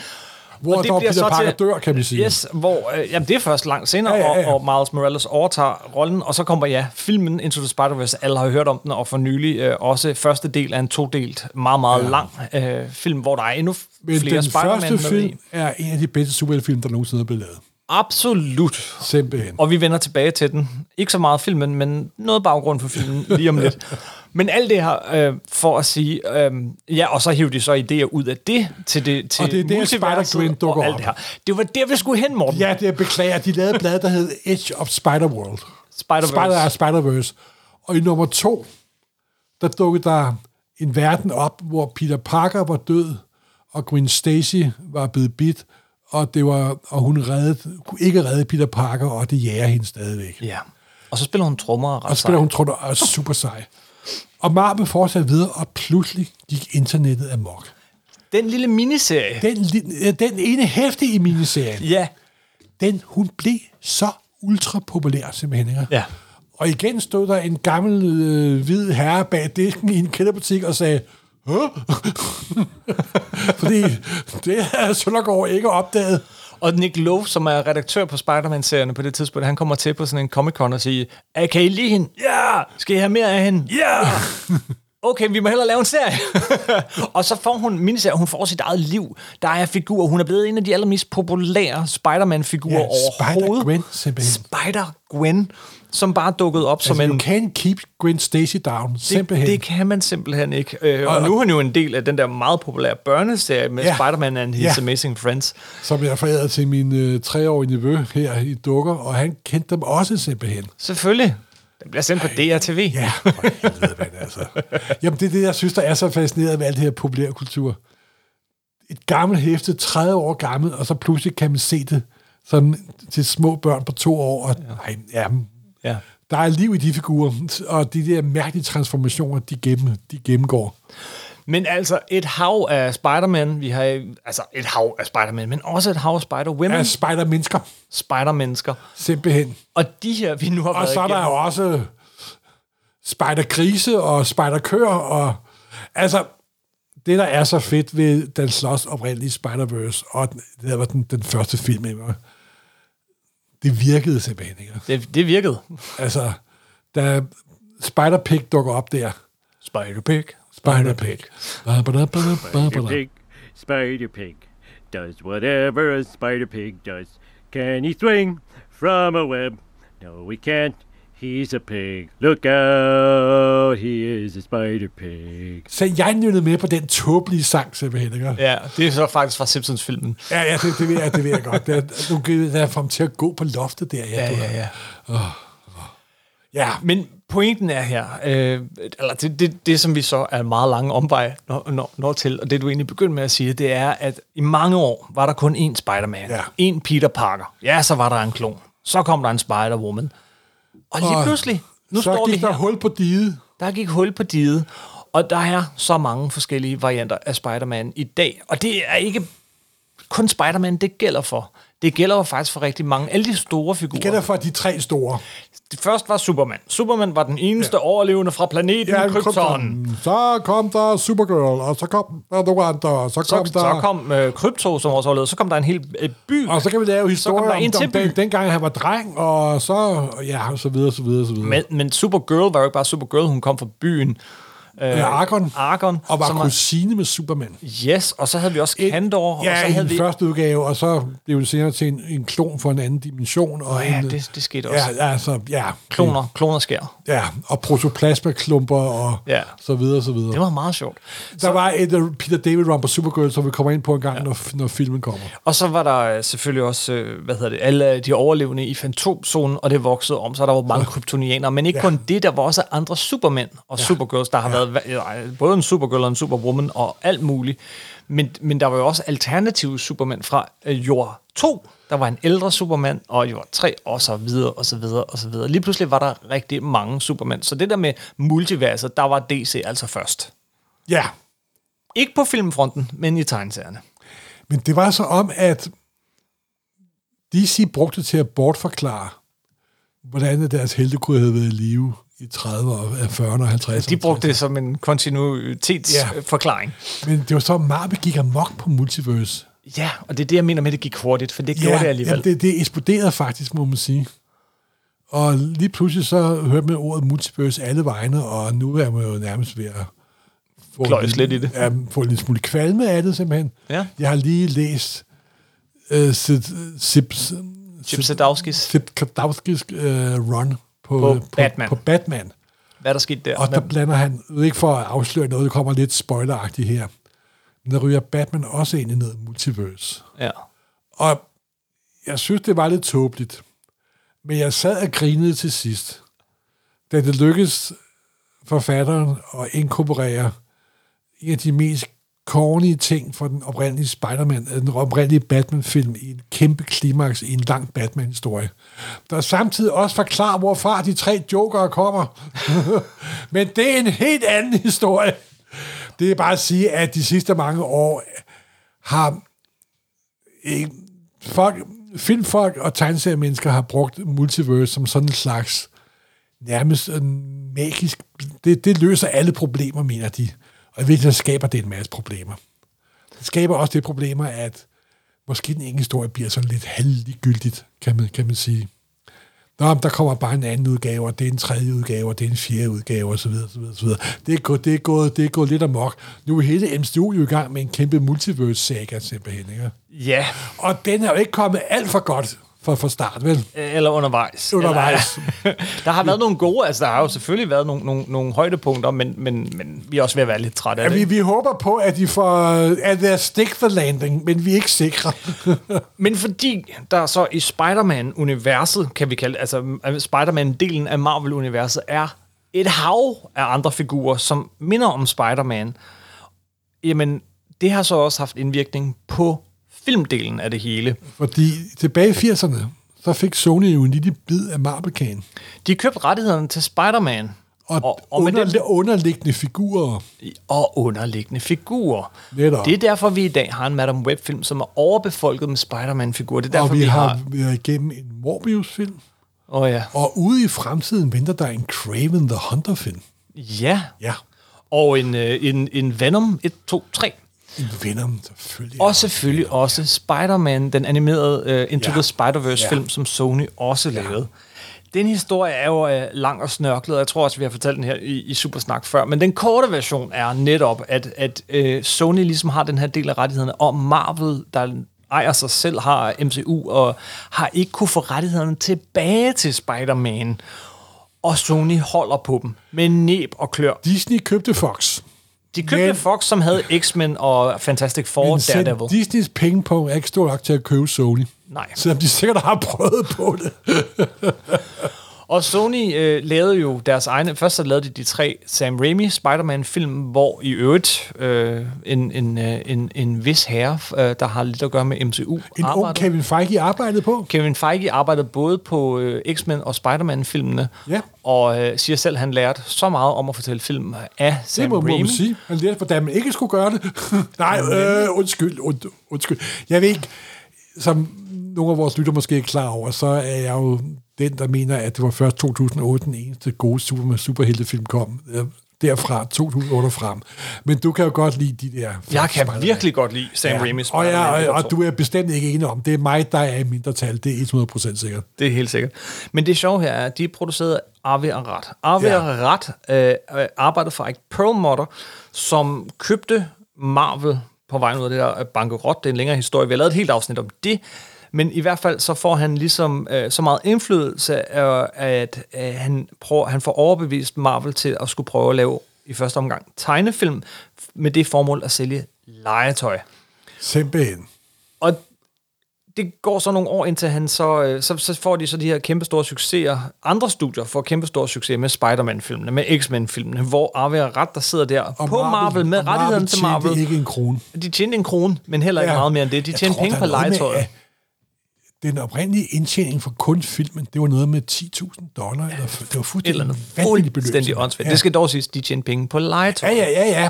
Hvor Og det dog bliver Peter så Parker til- dør, kan vi sige. Yes, hvor, øh, jamen det er først langt senere, Ja, ja, ja, ja, ja. Og, og Miles Morales overtager rollen, og så kommer, ja, filmen Into the Spider-Verse, alle har hørt om den, og for nylig øh, også første del af en todelt, meget, meget ja. lang øh, film, hvor der er endnu Men men flere den Spider-Man første med film... film er en af de bedste superheltefilm, der nogensinde er blevet lavet. Absolut. Simpelthen. Og vi vender tilbage til den. Ikke så meget filmen, men noget baggrund for filmen lige om lidt. Men alt det her øh, for at sige, øh, ja, og så hiver de så idéer ud af det til det til Og det er der, multiverset Spider-Gwen dukker og alt op. Det, her. det var der, vi skulle hen, Morten. Ja, det jeg beklager. De lavede et blad, der hed Edge of Spider-World. Spider-Verse. Spider, Spider-Verse. Og i nummer to, der dukkede der en verden op, hvor Peter Parker var død, og Gwen Stacy var blevet bit, og, det var, og hun reddede, kunne ikke redde Peter Parker, og det jager hende stadigvæk. Ja. Og så spiller hun trommer ret Og så spiller hun tror og er super sej. Og Marvel fortsatte videre, og pludselig gik internettet amok. Den lille miniserie. Den, li- øh, den ene hæfte i miniserien, Ja. den, hun blev så ultra populær, simpelthen. ikke? Ja. Og igen stod der en gammel øh, hvid herre bag disken i en kælderbutik og sagde, Hå? Fordi det havde Søndergaard ikke opdaget. Og Nick Love, som er redaktør på Spider-Man-serierne på det tidspunkt, han kommer til på sådan en Comic-Con og siger, "Ah, kan I lide hende? Ja! Skal I have mere af hende? Ja! okay, vi må hellere lave en serie. og så får hun miniserie, hun får sit eget liv. Der er figurer, hun er blevet en af de allermest populære Spider-Man-figurer Ja, overhovedet. Spider-Gwen, simpelthen. Spider-Gwen, som bare dukkede op altså, som Men you en... can keep Gwen Stacy down, simpelthen. Det, det kan man simpelthen ikke. Øh, og, Og- og nu er hun jo en del af den der meget populære børneserie med Ja. ja. Spider-Man and His Ja. ja. Amazing Friends. Som jeg forærede til min øh, treårige nevø her i Dukker, og han kendte dem også simpelthen. Selvfølgelig. Den bliver sendt på DRTV. Ja, for helvede, mand, altså. Jamen, det er det, jeg synes, der er så fascineret med alt det her populærkultur. Et gammelt hæfte, 30 år gammelt, og så pludselig kan man se det som til små børn på to år. Og, nej, jamen, Ja. der er liv i de figurer, og de der mærkelige transformationer, de, gennem, de gennemgår. Men altså, et hav af Spider-Man. Vi har altså et hav af Spider-Man, men også et hav af Spider-Women. Er Yes. spider-mennesker, Spider-mennesker. simpelthen. Og de her, vi nu har Og været så er der jo igennem- også spejdergrise og spejderkøer, og altså, det der er så fedt ved den slås oprindelige Spider-Verse, og den, det var den, den første film, jeg var, det virkede simpelthen, ikke? Det, det virkede. Altså, da Spider-Pig dukker op der, Spider-Pig. Spider-Pig. Spider Pig, Spider Pig, does whatever a Spider Pig does. Can he swing from a web? No, he can't. He's a pig. Look out! He is a Spider Pig. Så jeg nyttede med på den tåbelige sang, simpelthen, ikke? Ja, det er så faktisk fra Simpsons-filmen. Ja, ja, det, det, ved jeg, det ved jeg godt. Det er, nu giver jeg frem til at gå på loftet der. Ja, du ved. ja. Men pointen er her, øh, eller det, det, det som vi så er meget lange omvej når, når, når til, og det du egentlig begyndte med at sige, det er, at i mange år var der kun én Spider-Man, Ja. én Peter Parker, ja, så var der en klon, så kom der en Spider-Woman, og lige Og pludselig, nu så står vi gik der her, hul på diget. der gik hul på diget, og der er så mange forskellige varianter af Spider-Man i dag, og det er ikke kun Spider-Man, det gælder for. Det gælder jo faktisk for rigtig mange. Alle de store figurer. Det gælder for de tre store. Det først var Superman. Superman var den eneste ja. overlevende fra planeten ja, Krypton. Krypton. Så kom der Supergirl, og så kom der nogle andre, og så Så, kom der... så kom øh, Krypto, som også overlevede. Så kom der en hel øh, by. Og så kan vi lave kom historier der en om, til om den, by. dengang han var dreng, og så... Ja, og så videre, så videre, så videre. Men, men Supergirl var jo ikke bare Supergirl. Hun kom fra byen øh, Argon. Argon. Og som var kusine med Superman. Yes, og så havde vi også Kandor. ja, og så i havde den vi... første udgave, og så blev det senere til en, en klon for en anden dimension. Og Ja, en, det, det skete også. Ja, Ja, altså, ja. Kloner, kloner sker. Ja, og protoplasmaklumper og ja. Ja. så videre, så videre. Det var meget sjovt. Der var et øh, Peter David run på Supergirl, som vi kommer ind på en gang, ja. når, når filmen kommer. Og så var der øh, selvfølgelig også, øh, hvad hedder det, alle de overlevende i fantomzonen, og det voksede om, så der var mange kryptonianere, men ikke Ja. ja. kun det, der var også andre supermænd og ja. supergirls, der har ja. været øh, både en supergirl og en superwoman og alt muligt. Men, men der var jo også alternative supermænd fra øh, jord 2, der var en ældre supermand, og jord 3, og så videre, og så videre, og så videre. Lige pludselig var der rigtig mange supermænd, så det der med multiverset, der var DC altså først. Ja, Ikke på filmfronten, men i tegneserierne. men det var så om, at DC brugte det til at bortforklare, hvordan deres helte kunne have været i live i 30'erne, og 40'erne og 50'erne. Altså, De brugte det som en kontinuitetsforklaring. Men det var så, at Marvel gik amok på multiverse. Ja, og det er det, jeg mener med, at det gik hurtigt, for det gjorde det alligevel. jamen, det, det eksploderede faktisk, må man sige. Og lige pludselig så hørte man ordet multiverse alle vegne, og nu er man jo nærmest ved at få, Kløjes lidt i det. Ja, få en lille smule kvalme af det simpelthen. Ja. Jeg har lige læst øh, Sid, Sips, Chip Zdarsky's, Sip Kardowskis øh, run på, På øh, Batman. På Batman. hvad er der skete der? Og der Men- blander han, ikke for at afsløre noget, det kommer lidt spoileragtigt her, men der ryger Batman også ind i noget multiverse. ja. Og jeg synes, det var lidt tåbeligt. Men jeg sad og grinede til sidst, da det lykkedes forfatteren at inkorporere en af de mest corny ting fra den oprindelige Spider-Man, øh, den oprindelige Batman-film i en kæmpe klimaks i en lang Batman-historie. Der samtidig også forklarer, hvorfra de tre jokere kommer. Men det er en helt anden historie. Det er bare at sige, at de sidste mange år har ikke- folk, filmfolk og tegneseriemennesker har brugt multiverse som sådan en slags nærmest en magisk... Det, det løser alle problemer, mener de. Og i virkeligheden skaber det en masse problemer. Det skaber også det problemer, at måske den enkelte historie bliver sådan lidt halvliggyldigt, kan man, kan man sige. Nå, men der kommer bare en anden udgave, og det er en tredje udgave, og det er en fjerde udgave, osv. osv., osv. Det, er gået, det, er gået, det er gået lidt amok. Nu er hele MCU jo i gang med en kæmpe multiverse-saga simpelthen, ikke? Ja, Og den er jo ikke kommet alt for godt fra, fra start, vel? eller undervejs. Undervejs. Eller, der har været nogle gode, altså der har jo selvfølgelig været nogle, nogle, nogle højdepunkter, men, men, men vi er også ved at være lidt trætte af Ja, det. vi, vi håber på, at de får... At der stick the landing, men vi er ikke sikre. Men fordi der så i Spider-Man-universet, kan vi kalde det, altså øh, Spider-Man-delen af Marvel-universet, er et hav af andre figurer, som minder om Spider-Man, jamen det har så også haft indvirkning på filmdelen af det hele. Fordi tilbage i 80'erne, så fik Sony jo en lille bid af marble De købte rettighederne til Spider-Man Og, Og- og, og og med under, den- underliggende figurer. og underliggende figurer. Netop. Det er derfor, vi i dag har en Madame Web-film, som er overbefolket med Spider-Man-figurer. Det er derfor, og vi, har Åh været igennem en Morbius-film. oh, ja. Og ude i fremtiden venter der en Craven the Hunter-film. ja. Ja, Og en, øh, en, en Venom 1, 2, 3. en Venom selvfølgelig. Og selvfølgelig også Spider-Man, den animerede uh, Into ja. Ja. the Spider-Verse-film, Ja. som Sony også lavede. Den historie er jo øh, lang og snørklet, og jeg tror også, vi har fortalt den her i, i Supersnak før, men den korte version er netop, at, at øh, Sony ligesom har den her del af rettighederne, og Marvel, der ejer sig selv, har MCU, og har ikke kunne få rettighederne tilbage til Spider-Man, og Sony holder på dem med næb og klør. Disney købte Fox. De købte Men- Fox, som havde X-Men og Fantastic Four Men og selv Daredevil. Disneys penge på er ikke stor nok til at købe Sony. Nej. Selvom de sikkert har prøvet på det. Og Sony øh, lavede jo deres egne... Først så lavede de de tre Sam Raimi Spider-Man-film, hvor i øvrigt øh, en, en, øh, en, en vis herre, øh, der har lidt at gøre med MCU, En ung arbejdede. Kevin Feige arbejdede på. Kevin Feige arbejdede både på øh, X-Men og Spider-Man-filmene, Ja. og øh, siger selv, at han lærte så meget om at fortælle film af Sam Det må, må Raimi. man sige. Han lærte, hvordan man ikke skulle gøre det. Nej, øh, undskyld, und, undskyld. Jeg ved ikke, som nogle af vores lytter måske er klar over, så er jeg jo den, der mener, at det var først 2008, den eneste gode super, superheltefilm kom. Øh, derfra, 2008 og frem. Men du kan jo godt lide de der... Jeg kan Spider-Man. virkelig godt lide Sam Ja. Raimi Og, jeg, og, Spider-Man. og du er bestemt ikke enig om, det er mig, der er i mindretal, det er 100% sikkert. Det er helt sikkert. Men det sjove her er, at de er produceret af Arve Arad. Arve Ja. Arad øh, øh, arbejdede for Ike Perlmutter, som købte Marvel på vejen ud af det der øh, bankerot. Det er en længere historie. Vi har lavet et helt afsnit om det. Men i hvert fald så får han ligesom øh, så meget indflydelse, øh, at øh, han, prøver, han får overbevist Marvel til at skulle prøve at lave i første omgang tegnefilm f- med det formål at sælge legetøj. Simpelthen. Og det går så nogle år, indtil han så, øh, så, så får de så de her kæmpestore succeser. Andre studier får kæmpestore succeser med Spider-Man-filmene, med X-Men-filmene, hvor Arve og Ret, der sidder der Og på Marvel, med og rettigheden til tjente Marvel. ikke en krone. De tjente en krone, men heller ikke Ja. meget mere end det. De Jeg tjente tror, penge der på er noget med, legetøjet. at Den oprindelige indtjening for kun filmen, det var noget med 10.000 dollar. Eller, f- det var Eller fuldstændig noget vanvittigt beløb. fuldstændig åndssvagt. Ja. Det skal dog siges, de tjente penge på legetøj. ja, ja, ja, ja.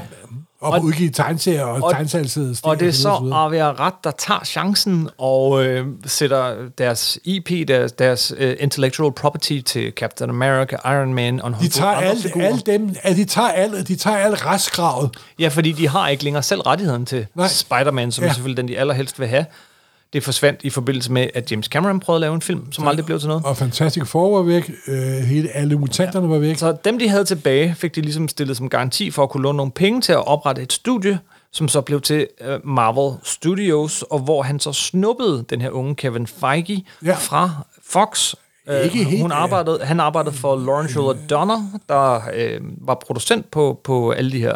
Og, Og- og udgive tegneserier og, og- tegnesalsæder. Og det er så Arvia Ret, der tager chancen og øh, sætter deres IP, deres, deres øh, intellectual property til Captain America, Iron Man og en De håndfuld tager andre alt, figurer. alt dem, at de tager alt, de tager alt restgravet. Ja, fordi de har ikke længere selv rettigheden til Nej. Nej. Spider-Man, som ja. Ja. er selvfølgelig den, de allerhelst vil have. Det forsvandt i forbindelse med, at James Cameron prøvede at lave en film, som aldrig blev til noget. Og Fantastic Four var væk, øh, hele, alle mutanterne var væk. Så dem, de havde tilbage, fik de ligesom stillet som garanti for at kunne låne nogle penge til at oprette et studie, som så blev til øh, Marvel Studios, og hvor han så snuppede den her unge Kevin Feige ja. Ja. fra Fox. Øh, Ikke helt, hun øh, arbejdede, han arbejdede for Lawrence Shuler Donner, der øh, var producent på, på alle de her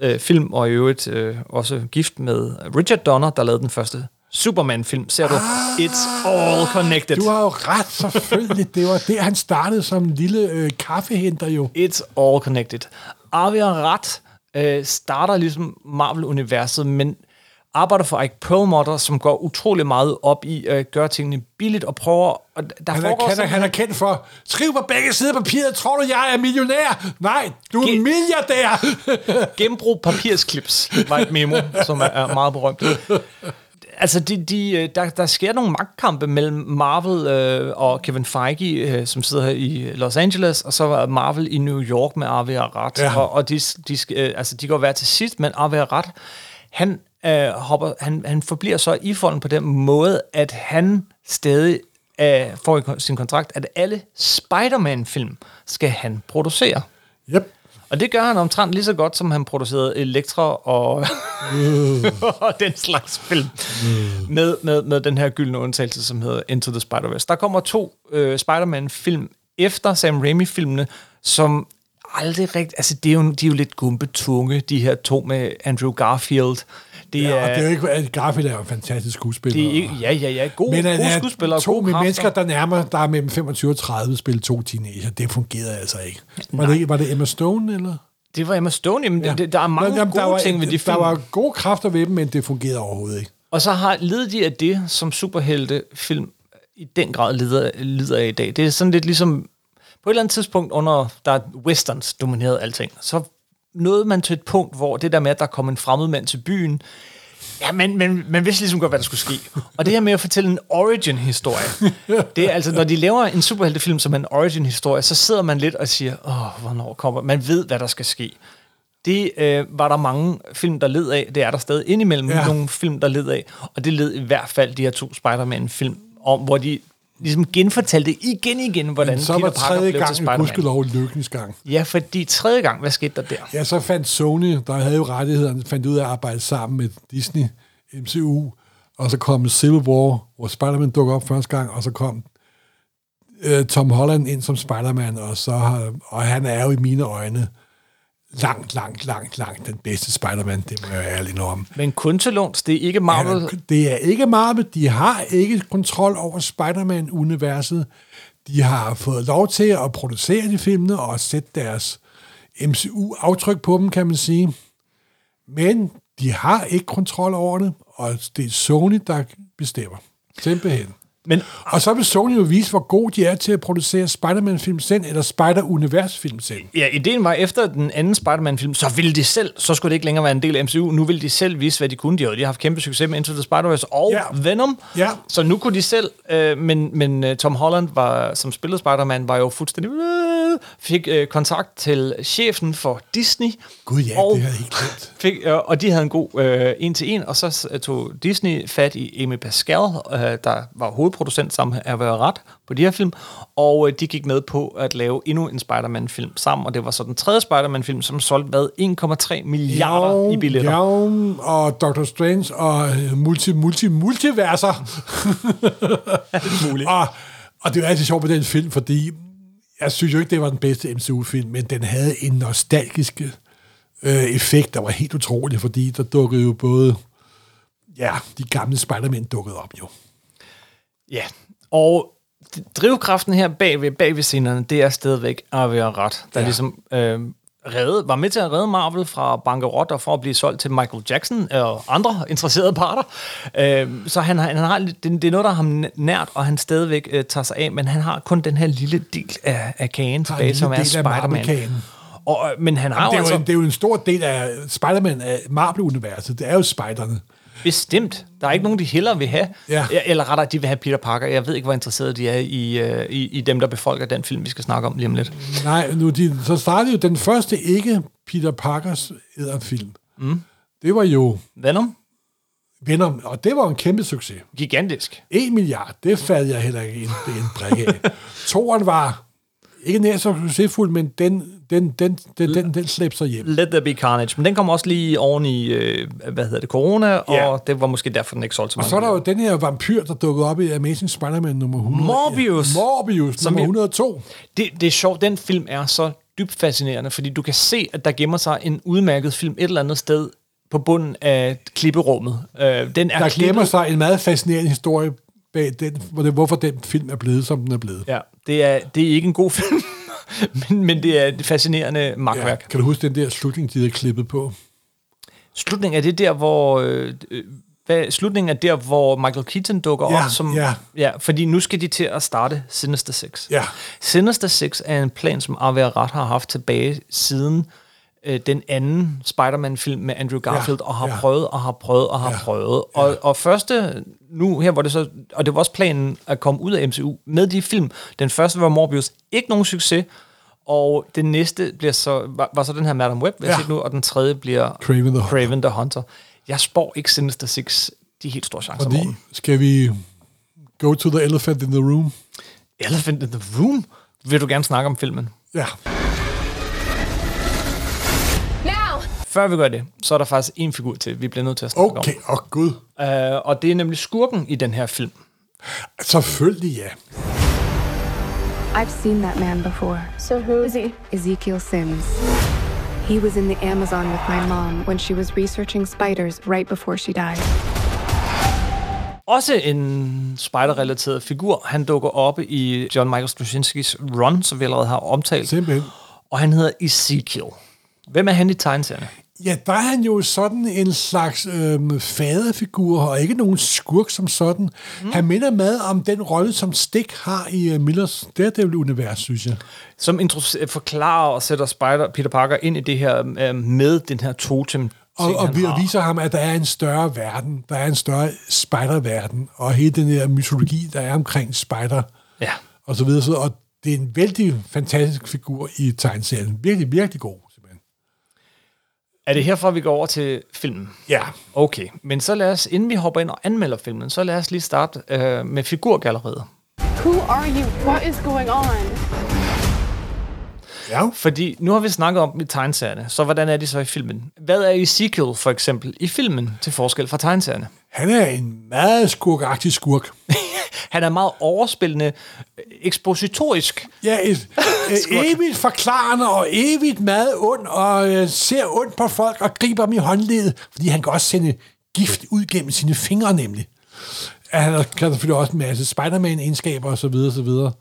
øh, film, og i øvrigt øh, også gift med Richard Donner, der lavede den første Superman-film. Ser du? Ah, It's all connected. Du har jo ret, selvfølgelig. Det var det, han startede som en lille øh, kaffehenter jo. It's all connected. Arvia Rat øh, starter ligesom Marvel-universet, men arbejder for Ike Perlmutter, som går utrolig meget op i øh, at gøre tingene billigt og prøver... Og der Han foregår er, han, er, sådan- han er kendt for, skriv på begge sider af papiret, tror du, jeg er millionær? Nej, du er Ge- milliardær! Genbrug papirsklips var et memo, som er- er meget berømt. Altså, de, de, øh, der, der sker nogle magtkampe mellem Marvel øh, og Kevin Feige, øh, som sidder her i Los Angeles, og så er Marvel i New York med Arve Arad. Ja. Ja. Og, og de, de, skal- øh, altså, de går hver til sidst, men Arve Arad, han, øh, hopper, han, han forbliver så i folden på den måde, at han stadig af, får i sin kontrakt, at alle Spider-Man-film skal han producere. Yep. Og det gør han omtrent lige så godt, som han producerede Elektra og, Mm. og den slags film. med, med, med den her gyldne undtagelse, som hedder Into the Spider-Verse. Der kommer to øh, Spider-Man-film efter Sam Raimi-filmene, som aldrig rigtigt... Altså, det er jo, de er jo lidt gumpetunge, de her to med Andrew Garfield. Det Ja, er, og det er jo ikke, at Garfield er jo en fantastisk skuespiller. det er ikke, ja, ja, ja. God, Men men, at god have skuespiller og to gode med kræfter. mennesker, der nærmer, der er mellem 25 og 30, spille to teenager, det fungerede altså ikke. Var det, ikke- var det Emma Stone, eller? Det var Emma Stone. Jamen, ja. det, der er mange Nå, jamen, gode der var, ting ved de film. Der var gode kræfter ved dem, men det fungerede overhovedet ikke. Og så har led de af det, som superheltefilm i den grad lider, lider af i dag. Det er sådan lidt ligesom, på et eller andet tidspunkt under, der westerns dominerede alting, så nåede man til et punkt, hvor det der med, at der kom en fremmed mand til byen, ja, men, men man vidste ligesom godt, hvad der skulle ske. Og det her med at fortælle en origin-historie, det er altså, når de laver en superheltefilm som er en origin-historie, så sidder man lidt og siger, åh, hvornår kommer, man ved, hvad der skal ske. Det øh, var der mange film, der led af. Det er der stadig indimellem ja. Ja. nogle film, der led af. Og det led i hvert fald de her to Spider-Man-film om, hvor de ligesom genfortalte igen igen, hvordan Så var Peter Parker tredje blev til gang, Spider-Man. gudskelov, lykkens gang. Ja, fordi tredje gang, hvad skete der der? Ja, så fandt Sony, der havde jo rettighederne, fandt ud af at arbejde sammen med Disney, MCU, og så kom Civil War, hvor Spider-Man dukkede op første gang, og så kom øh, Tom Holland ind som Spider-Man, og, så har, og han er jo i mine øjne langt, langt, langt, langt den bedste Spider-Man, det må jeg ærligt om. Men kun til låns, det er ikke Marvel. Det er ikke Marvel, de har ikke kontrol over Spider-Man-universet. De har fået lov til at producere de filmene og sætte deres MCU-aftryk på dem, kan man sige. Men de har ikke kontrol over det, og det er Sony, der bestemmer. Simpelthen. Men Og så vil Sony jo vise, hvor god de er til at producere Spider-Man-film selv, eller Spider-Univers-film selv. Ja, ideen var, efter den anden Spider-Man-film, så ville de selv, så skulle det ikke længere være en del af MCU, nu ville de selv vise, hvad de kunne. De havde, de har haft kæmpe succes med Into the Spider-Verse og Ja. Venom, Ja. så nu kunne de selv, øh, men, men øh, Tom Holland, var, som spillede Spider-Man, var jo fuldstændig, øh, fik øh, kontakt til chefen for Disney. Gud ja, og, det havde jeg ikke glemt. Fik, øh, og de havde en god øh, en til en, og så s- tog Disney fat i Amy Pascal, øh, der var hovedproducent sammen med Erva Ret på de her film, og øh, de gik med på at lave endnu en Spider-Man-film sammen, og det var så den tredje Spider-Man-film, som solgte hvad, 1,3 milliarder i billetter. Ja, og Doctor Strange og øh, multi, multi, multiverser. muligt. Og, og det er jo altid sjovt med den film, fordi jeg synes jo ikke, det var den bedste MCU-film, men den havde en nostalgisk øh, effekt, der var helt utrolig, fordi der dukkede jo både ja, de gamle Spider-Man dukkede op jo. Ja, og d- drivkraften her bagved, bagved scenerne, det er stadigvæk Arve og Ret, der ja. ligesom øh, redde, var med til at redde Marvel fra bankerot og for at blive solgt til Michael Jackson og andre interesserede parter. Øh, så han, har- han har, lidt- det, det er noget, der har ham nært, og han stadigvæk øh, tager sig af, men han har kun den her lille del af, af kagen Har en tilbage, lille som er del af Spider-Man. Marvel-kagen. Og, øh, men han har Jamen, det, er jo jo, en- det altså er jo en stor del af Spider-Man, af Marvel-universet. Det er jo spiderne. bestemt, der er ikke nogen, de hellere vil have. Ja. Eller rettere, de vil have Peter Parker. Jeg ved ikke, hvor interesserede de er i, øh, i, i dem, der befolker den film, vi skal snakke om lige om lidt. Nej, nu de, så startede jo den første ikke Peter Parkers æderfilm. Mm. Det var jo Venom? Venom, og det var en kæmpe succes. Gigantisk. 1 milliard, det faldt jeg heller ikke en, en brik af. Toren var ikke nær så succesfuld, men den, den, den, den, den, den slæbte sig hjem. Let There Be Carnage. Men den kom også lige oven i, øh, hvad hedder det, corona, og Ja. det var måske derfor, den ikke solgte så Og mange. så er der jo den her vampyr, der dukkede op i Amazing Spider-Man nummer 100. Morbius. Morbius, Som Som vi- nummer 102. det, det er sjovt, den film er så dybt fascinerende, fordi du kan se, at der gemmer sig en udmærket film et eller andet sted på bunden af klipperummet. Øh, den er Der klippet- glemmer sig en meget fascinerende historie bag den, hvor det- hvorfor den film er blevet, som den er blevet. Ja, det er, det er ikke en god film, men, men det er et fascinerende Ja. magtværk. Ja. Kan du huske den der slutning, de havde klippet på? Slutningen er det der, hvor... Øh, øh, hvad, slutningen er der, hvor Michael Keaton dukker Ja, op. Som, ja. ja. Fordi nu skal de til at starte Sinister Six. Ja. Sinister Six er en plan, som Arve Ret har haft tilbage siden øh, den anden Spider-Man-film med Andrew Garfield, ja, Ja, og har ja. ja. prøvet, og har prøvet, og har ja, prøvet. Og, ja. og første, nu her, hvor det så, og det var også planen at komme ud af MCU med de film. Den første var Morbius, ikke nogen succes, og den næste bliver så, var, var så den her Madame Web, ja. Ja. nu, og den tredje bliver Craven the Hunter. Craven the Hunter. Jeg spår ikke Sinister Six de helt store chancer om Fordi, året. skal vi Go to the elephant in the room. Elephant in the Room? Vil du gerne snakke om filmen? Ja. Før vi gør det, så er der faktisk en figur til, vi bliver nødt til at snakke Okay, åh oh, gud. om. Uh, og det er nemlig skurken i den her film. Selvfølgelig ja. I've seen that man before. So who is he? Ezekiel Sims. He was in the Amazon with my mom when she was researching spiders right before she died. Også en spider-relateret figur. Han dukker op i John Michael Straczynskis Run, som vi allerede har omtalt. Simpelthen. Og han hedder Ezekiel. Hvem er han i tegneserierne? Ja, der er han jo sådan en slags øhm, faderfigur, og ikke nogen skurk som sådan. Mm. Han minder meget om den rolle, som Stik har i uh, Millers Daredevil-univers, synes jeg. Som introducerer- forklarer og sætter spider Peter Parker ind i det her øh, med den her totem. Og, og vi viser ham, at der er en større verden, der er en større spiderverden, og hele den her mytologi, der er omkring spider, Ja. og så videre. Så, og det er en vældig fantastisk figur i tegneserien. Virkelig, virkelig god, simpelthen. Er det herfra, vi går over til filmen? Ja. Okay, men så lad os, inden vi hopper ind og anmelder filmen, så lad os lige starte øh, med figurgalleriet. Who are you? What is going on? Ja. Fordi nu har vi snakket om dem i tegneserierne, så hvordan er de så i filmen? Hvad er Ezekiel for eksempel i filmen til forskel fra tegneserierne? Han er en meget skurkagtig skurk. Han er meget overspillende, øh, ekspositorisk. Ja, et, et evigt forklarende og evigt meget ond, og øh, ser ondt på folk og griber dem i håndledet, fordi han kan også sende gift ud gennem sine fingre nemlig. Ja, han har kan selvfølgelig også en masse Spider-Man-egenskaber osv. Og, så videre, så videre.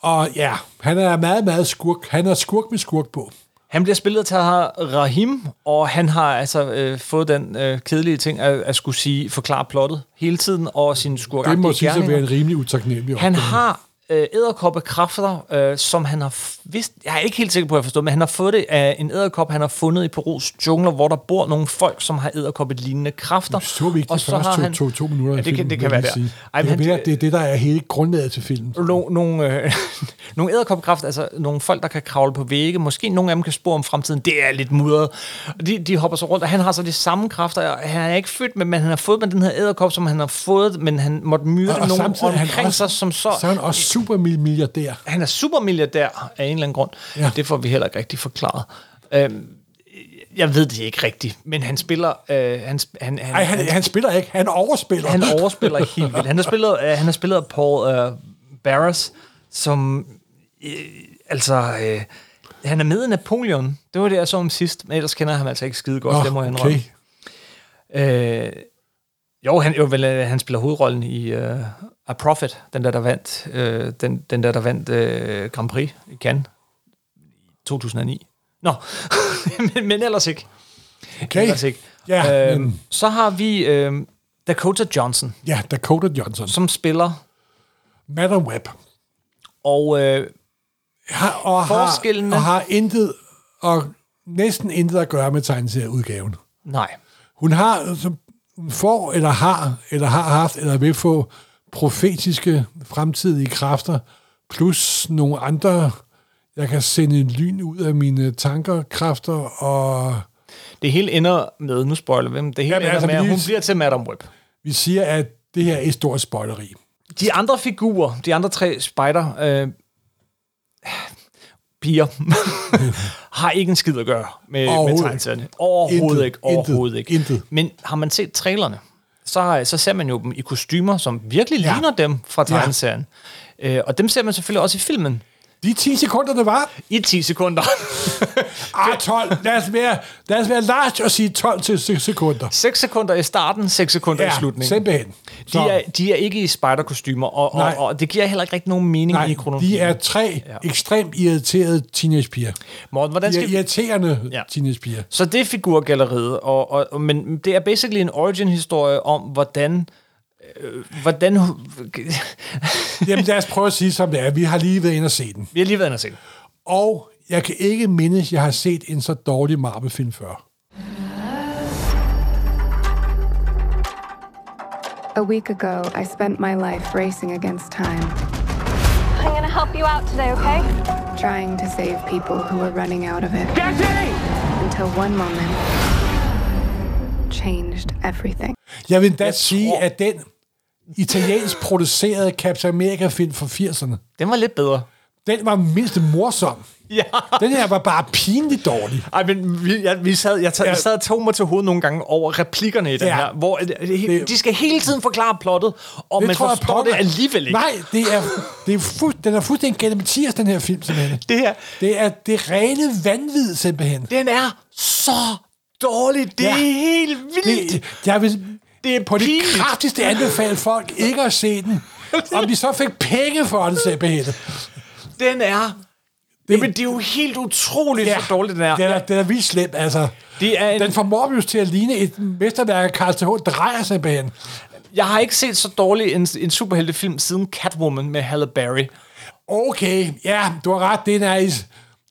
og ja, han er meget, meget skurk. Han er skurk med skurk på. Han bliver spillet til Rahim, og han har altså øh, fået den øh, kedelige ting at, at skulle sige, forklare plottet hele tiden, og sin Det skurkagtige må sige at gerninger. være en rimelig utaknemmelig Han opgave. har øh, æderkoppekræfter, øh, som han har f- vidst, jeg er ikke helt sikker på, at jeg forstår, men han har fået det af en æderkop, han har fundet i Perus jungler, hvor der bor nogle folk, som har æderkoppet lignende kræfter. Så vi ikke de første to, to, to minutter ja, af det, kan, filmen, det vil kan være jeg lige der. sige. Ej, men det, er mere, han, det er det, der er hele grundlaget til filmen. no, nogle, øh, nogle æderkopkræfter, altså nogle folk, der kan kravle på vægge. Måske nogle af dem kan spore om fremtiden. Det er lidt mudret. Og de, de hopper så rundt, og han har så de samme kræfter. og Han er ikke født med, men han har fået med den her æderkop, som han har fået, men han måtte myrde Og, og nogen samtidig er omkring han også, sig, som så... så er han også super milliardær. han er supermilliardær af en eller anden grund. Ja. Ja. Det får vi heller ikke rigtig forklaret. Øhm, jeg ved det ikke rigtigt, men han spiller... Øh, han, sp- han, han, Nej, han, han spiller ikke. Han overspiller. han overspiller helt vildt. Han har spillet, øh, han har spillet af Paul øh, Barris, som... Øh, altså... Øh, han er med i Napoleon. Det var det, jeg så om sidst, men ellers kender jeg ham altså ikke skide godt, oh, det må jeg indrømme. okay. Okay. Øh, jo, han, jo vel, øh, han spiller hovedrollen i øh, A Prophet, den der, der vandt, øh, den, den der, der vandt øh, Grand Prix i Cannes i 2009. Nå, men, men ellers ikke. Okay. Ellers ikke. Ja, øhm, men- Så har vi øh, Dakota Johnson, Ja, Dakota Johnson. som spiller, Madam Web. og øh, Har, og, Forskellene- har, og har intet, og næsten intet at gøre med tegneserieudgaven. nej, Hun har, altså, hun får, eller har, eller har haft, eller vil få profetiske fremtidige kræfter, plus nogle andre, jeg kan sende lyn ud af mine tanker, kræfter, og det hele ender med, nu spoiler vi, men det hele Jamen, ender altså, med, at vi- hun bliver til Madame Web. vi siger, at det her er et stort spoileri. De andre figurer, de andre tre spider øh, piger, har ikke en skid at gøre med, med Overhovedet tegnserne. Overhovedet Intet. ikke. Overhovedet Intet. ikke. Intet. Men har man set trailerne, så, så ser man jo dem i kostymer, som virkelig Ja. ligner dem fra Ja. tegneserien. Øh, og dem ser man selvfølgelig også i filmen. De 10 sekunder, det var, I 10 sekunder. ah, 12, lad os være, lad os være large og sige 12 til 6 sekunder. 6 sekunder i starten, 6 sekunder i slutningen. simpelthen. De er, de er ikke i spider-kostymer, og, og, Nej. og det giver heller ikke rigtig nogen mening i nej, kronologien. de er tre ja. ekstremt irriterede teenagepiger. Morten, hvordan De skal er irriterende Ja. ja. teenagepiger. Så det er figurgalleriet, og, og, og, men det er basically en origin-historie om, hvordan... Øh, hvordan Jamen lad os prøve at sige, som det er. Vi har lige været inde og se den. vi har lige været inde og set. Og jeg kan ikke mindes, jeg har set en så dårlig Marvel-film før. A week ago, I spent my life racing against time, I'm gonna help you out today, okay? trying to save people who were running out of it. Until one moment changed everything. Jeg vil da Jeg sige, tror- at den... italiensk produceret Captain America-film fra 80'erne. Den var lidt bedre. Den var mindst morsom. Ja. Den her var bare pinligt dårlig. Ej, men vi, jeg, vi sad, jeg, tager, Ja. jeg sad og tog mig til hovedet nogle gange over replikkerne i den Ja. her, hvor øh, Det- de skal hele tiden forklare plottet, og man forstår pokker- det alligevel ikke. Nej, det er, det er fuld, den er fuldstændig gennem Mathias, den her film, simpelthen. Det her, Det er det er rene vanvid, simpelthen. den er så dårlig. Det ja. Ja. er helt vildt. Det, jeg vil Det er på det pinligt. kraftigste anbefale folk ikke at se den. Om de så fik penge for det, simpelthen. Den er... Det, Jamen, det er jo helt utroligt, ja, så dårlig den er. Den er, den er vildt slem, altså. Det er en- Den får Morbius til at ligne et mesterværk af Carl T.H. drejer simpelthen. Jeg har ikke set så dårlig en, en superheltefilm siden Catwoman med Halle Berry. Okay, ja, du har ret, den er i,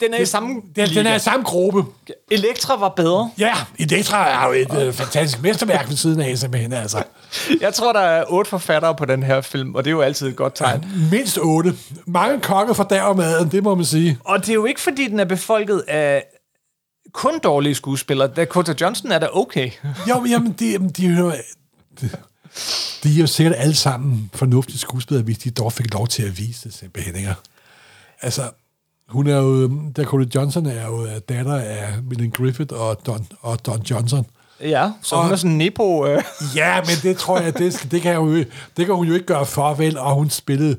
Den er i samme... den, den er i samme gruppe. Elektra var bedre. Ja, Elektra er jo et øh, fantastisk mesterværk ved siden af, simpelthen, altså. Jeg tror, der er otte forfattere på den her film, og det er jo altid et godt tegn. Mindst otte. Mange kokke for dag og maden, det må man sige. Og det er jo ikke, fordi den er befolket af kun dårlige skuespillere. Dakota Johnson er da okay. Jo, men jamen, de, jamen, de hører... De, de er jo sikkert alle sammen fornuftige skuespillere, hvis de dog fik lov til at vise det, simpelthen, ikke? Altså, hun er jo... øhm, Dakota Johnson er jo øh, datter af William Griffith og Don, og Don Johnson. Ja, så Og- hun er sådan en nebo... Øh. Ja, men det tror jeg, det, skal- det, kan, hun, jo- det kan hun jo ikke gøre for, vel? Og hun spillede...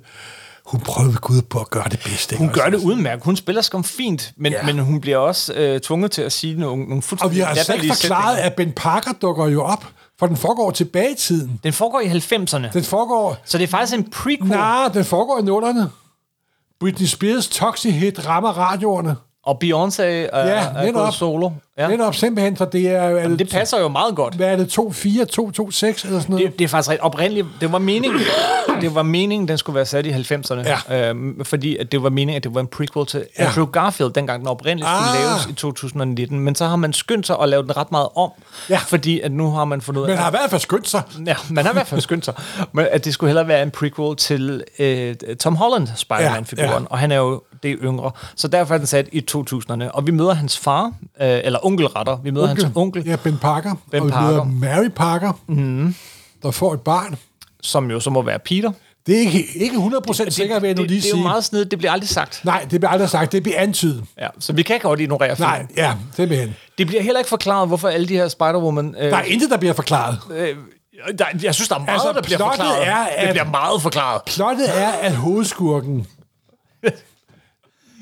Hun prøvede Gud på at gøre det bedste. ikke? Hun gør Altså, det udmærket. Hun spiller skam fint, men, Ja. men hun bliver også øh, tvunget til at sige nogle, nogle Og fuldstændig vi har altså ikke latterlige forklaret, sætninger. at Ben Parker dukker jo op, for den foregår tilbage i tiden. Den foregår i 90'erne, Den foregår... så det er faktisk en prequel. Nej, den foregår i nullerne. Britney Spears toxic hit rammer radioerne. Og Beyoncé er, ja, er netop. gået solo. Ja. Ja. Netop simpelthen, for det er jo... Er Men det passer jo meget godt. Hvad er det? 2-4, 2-2-6 eller sådan noget? Det, det er faktisk ret oprindeligt. Det var meningen, det var meningen den skulle være sat i 90'erne. Ja. Øhm, fordi at det var meningen, at det var en prequel til Ja. Andrew Garfield, dengang den oprindeligt skulle Ah. laves i 2019. Men så har man skyndt sig at lave den ret meget om, Ja. fordi at nu har man fundet ud af... Men har i hvert fald skyndt sig. Ja, man har i hvert fald skyndt sig. Men at det skulle hellere være en prequel til øh, Tom Holland, Spider-Man-figuren, Ja, ja, ja. ja. og han er jo det yngre. Så derfor er den sat i 2000'erne. Og vi møder hans far, øh, eller onkel retter. Vi møder onkel. hans onkel, Ja, ja. Ben Parker. Ben og vi Parker. Mm-hmm. hedder Mary Parker, mm. der får et barn. som jo så må være Peter. Det er ikke, ikke 100% sikkert, vil jeg nu det, det, lige det er sige. jo meget snedigt, det bliver aldrig sagt. Nej, det bliver aldrig sagt. Det bliver antydet. Ja, så vi kan godt ignorere filmen. Nej, ja, simpelthen. Det bliver heller ikke forklaret, hvorfor alle de her Spider-Woman... Øh, Der er intet, der bliver forklaret. øh, der, jeg synes, der er meget, Altså, altså, der bliver plottet forklaret. er, at- det bliver meget forklaret. Plottet er, at hovedskurken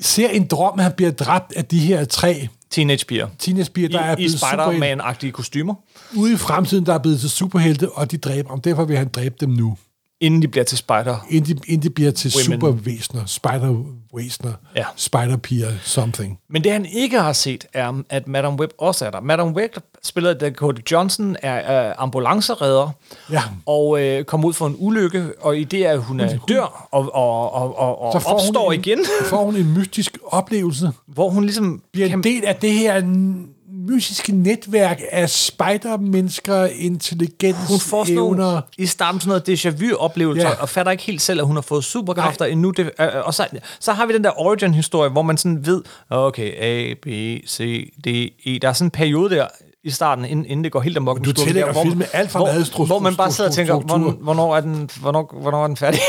ser en drøm, at han bliver dræbt af de her tre Teenagepiger. teenagepiger, der er I, i blevet superhelte. Spider-Man-agtige kostymer, Ude i fremtiden, der er blevet til superhelte, og de dræber ham. Derfor vil han dræbe dem nu, inden de bliver til spider. inden de, inden de bliver til Women. supervæsener, spidervæsener, Ja. spiderpiger, something. Men det, han ikke har set, er, at Madame Web også er der. Madame Web, spiller Dakota Johnson, er øh, ambulanceredder, Ja. og øh, kommer ud for en ulykke, og i det, at hun, er dør og, og, og, og, og opstår en, igen, får hun en mystisk oplevelse. hvor hun ligesom Bliver en del af det her n- mystiske netværk af spidermennesker, intelligens, Hun får sådan evner. nogle, i starten sådan noget déjà vu-oplevelser, Ja. yeah. og fatter ikke helt selv, at hun har fået superkræfter Nej. endnu. Det, øh, og så, så har vi den der origin-historie, hvor man sådan ved, okay, A, B, C, D, E. Der er sådan en periode der i starten, inden, inden det går helt amok. med skurken tillægger der, hvor man- filmen alt for hvor- meget stru- Hvor man bare sidder og tænker, struktur. hvornår, hvornår, er, den, hvornår, hvornår er den færdig?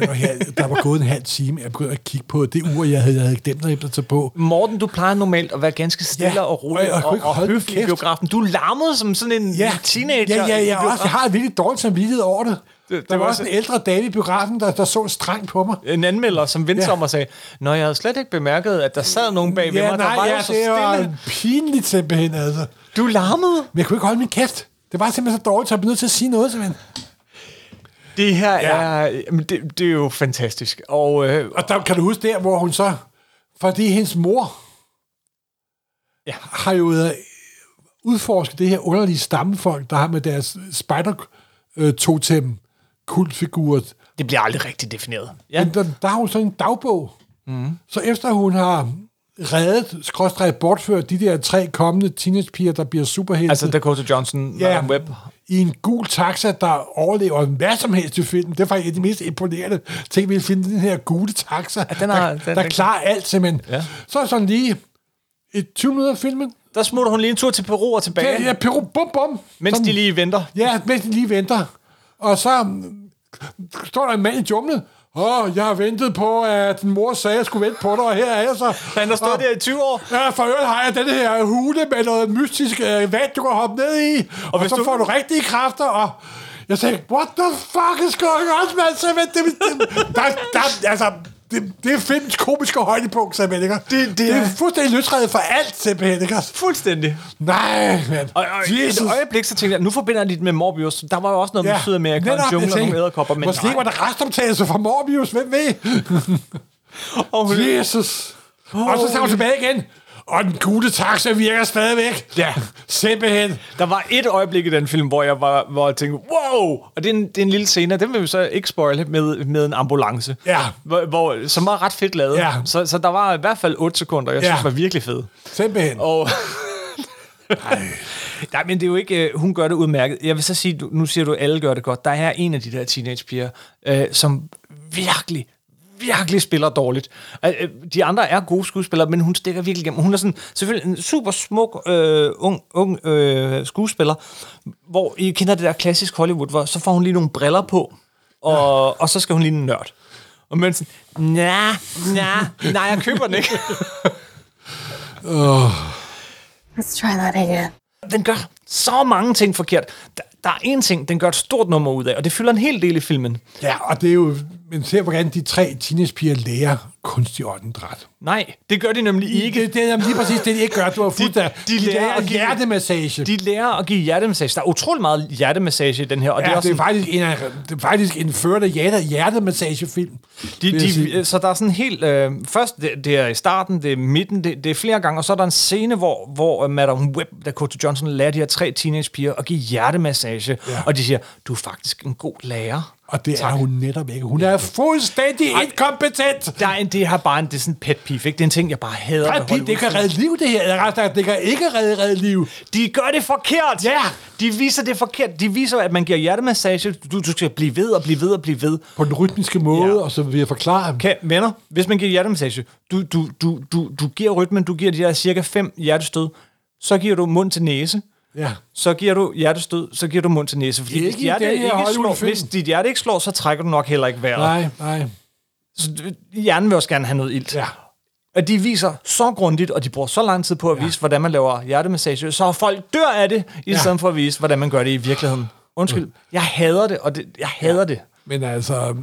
Øh, Og her, der var gået en halv time, jeg begyndte at kigge på det ur, jeg havde, jeg havde glemt at hæfte til på. Morten, du plejer normalt at være ganske stille Ja, ja, og og rolig jeg kunne og, og, ikke og holde høflig i kæft. biografen. Du larmede som sådan en teenager. Ja, ja, i ja, og biografen. også, jeg har et virkelig dårligt samvittighed over det. det, det det der var var også en så- ældre dame i biografen, der, der så strengt på mig. en anmelder, som vendte sig Ja. om og sagde, Nå, jeg havde slet ikke bemærket, at der sad nogen bag ved Ja, mig, der altså, var nej, jo ja, så det var stille. pinligt simpelthen, altså. Du larmede. Men jeg kunne ikke holde min kæft. Det var simpelthen så dårligt, så jeg blev nødt til at sige noget, simpelthen. Det her Ja. ja. er, jamen, det, det er jo fantastisk. Og øh, Og der kan du huske der, hvor hun så... Fordi hendes mor Ja. har jo øh, udforsket det her underlige stammefolk, der har med deres spider-totem kultfigurer. det bliver aldrig rigtig defineret. Ja. Ja. Men der, der har hun sådan en dagbog. Mm. Så efter hun har reddet, skråstreget bortført de der tre kommende teenagepiger, der bliver superhelte. Altså Dakota Johnson, Ja. ja. Madame Web. i en gul taxa, der overlever hvad som helst i filmen. Det er faktisk et af de mest imponerende ting, vi finde den her gule taxa, den har- der, den- der den- klarer alt simpelthen. Ja. Så er sådan lige et 20 minutter af filmen. Der smutter hun lige en tur til Peru og tilbage, Ja, ja, ja Peru, bum, bum. mens Sådan- de lige venter. Ja, mens de lige venter. Og så mm, står der en mand i junglen. Åh, oh, jeg har ventet på, at din mor sagde, at jeg skulle vente på dig, og her er jeg så. Han har stået Og- der i 20 år. Ja, for øvrigt har jeg den her hule med noget mystisk øh, vand, du kan hoppe ned i. Og, og hvis så du- du... får du rigtige kræfter, og jeg sagde, what the fuck is going on, man? Så det, det, det, der, der, altså, det, det er filmens komiske højdepunkt, simpelthen, ikke? Det- det det er- er fuldstændig løsredet for alt, simpelthen, ikke? Fuldstændig. Nej, mand. Og, og et øjeblik, så tænkte jeg, nu forbinder jeg lidt med Morbius. Der var jo også noget ja, med Sydamerika, og en netop, jungle jeg og nogle tænkte, æderkopper. Men Måske nej. var der restomtagelse fra Morbius, hvem ved? Og hun- Jesus. Og så tager hun tilbage igen. Og den gule taxa virker stadigvæk. Ja. Simpelthen. Der var et øjeblik i den film, hvor jeg, var, hvor jeg tænkte, wow! Og det er, en, det er en lille scene, og den vil vi så ikke spoile med, med en ambulance. Ja. Hvor, hvor, som var ret fedt lavet. Ja. Så, så der var i hvert fald 8 sekunder, jeg Ja. ja. synes var virkelig fed. Simpelthen. Og Og... Nej, men det er jo ikke... Øh, hun gør det udmærket. Jeg vil så sige, du, nu siger du, at alle gør det godt. Der er en af de der teenagepiger, øh, som virkelig, virkelig spiller dårligt. Øh, øh, de andre er gode skuespillere, men hun stikker virkelig igennem. Hun er sådan, selvfølgelig en super smuk, øh, ung, ung øh, skuespiller, hvor I kender det der klassisk Hollywood, hvor så får hun lige nogle briller på, og, ja. og så skal hun lige en nørd. Og man sådan, nej, nej, nej, jeg køber den ikke. Let's try that again. den gør så mange ting forkert. Der, der er en ting, den gør et stort nummer ud af, og det fylder en hel del i filmen. ja, og det er jo... Men se, hvordan de tre teenagepiger lærer kunstig åndedræt. Nej, det gør de nemlig ikke. Det, det er jamen, lige præcis det, de ikke gør. Du har fuldt af. de lærer lærer at give- hjertemassage. De lærer at give hjertemassage. Der er utrolig meget hjertemassage i den her, og Ja, det er det også er, faktisk en, af- det er faktisk en førte hjerte, hjertemassagefilm. De, vil jeg sige. de, øh, så der er sådan helt... Øh, først, det, det er i starten, det er i midten, det, det er flere gange, og så er der en scene, hvor, hvor øh, Madame Webb, Dakota Johnson, lærer de her tre teenagepiger at give hjertemassage, ja. og de siger, du er faktisk en god lærer. Og det er hun netop ikke. Hun er fuldstændig inkompetent. Der er en, det her bare en, det er sådan en pet peeve, ikke? Det er en ting, jeg bare hader. ved Brad Pitt, det Hollywood. kan redde liv, det her. Eller rettere sagt, Det kan ikke redde, redde liv. De gør det forkert! Ja! De viser det forkert. De viser, at man giver hjertemassage. Du, du skal blive ved og blive ved og blive ved. På den rytmiske måde, Ja. og så vil jeg forklare. Okay, venner, hvis man giver hjertemassage, du, du, du, du, du giver rytmen, du giver de her cirka 5 hjertestød, så giver du mund til næse, Ja. så giver du hjertestød, så giver du mund til næse. Fordi Ikke hvis, i den hjertet her ikke slår, Hollywood-film. hvis dit hjerte ikke slår, så trækker du nok heller ikke vejret. Nej, nej. Så d- hjernen vil også gerne have noget ilt. Ja. Og de viser så grundigt, og de bruger så lang tid på at vise, hvordan man laver hjertemassage, så folk dør af det, i Ja. stedet for at vise, hvordan man gør det i virkeligheden. Undskyld, jeg hader det, og det, jeg hader ja. det. Men altså,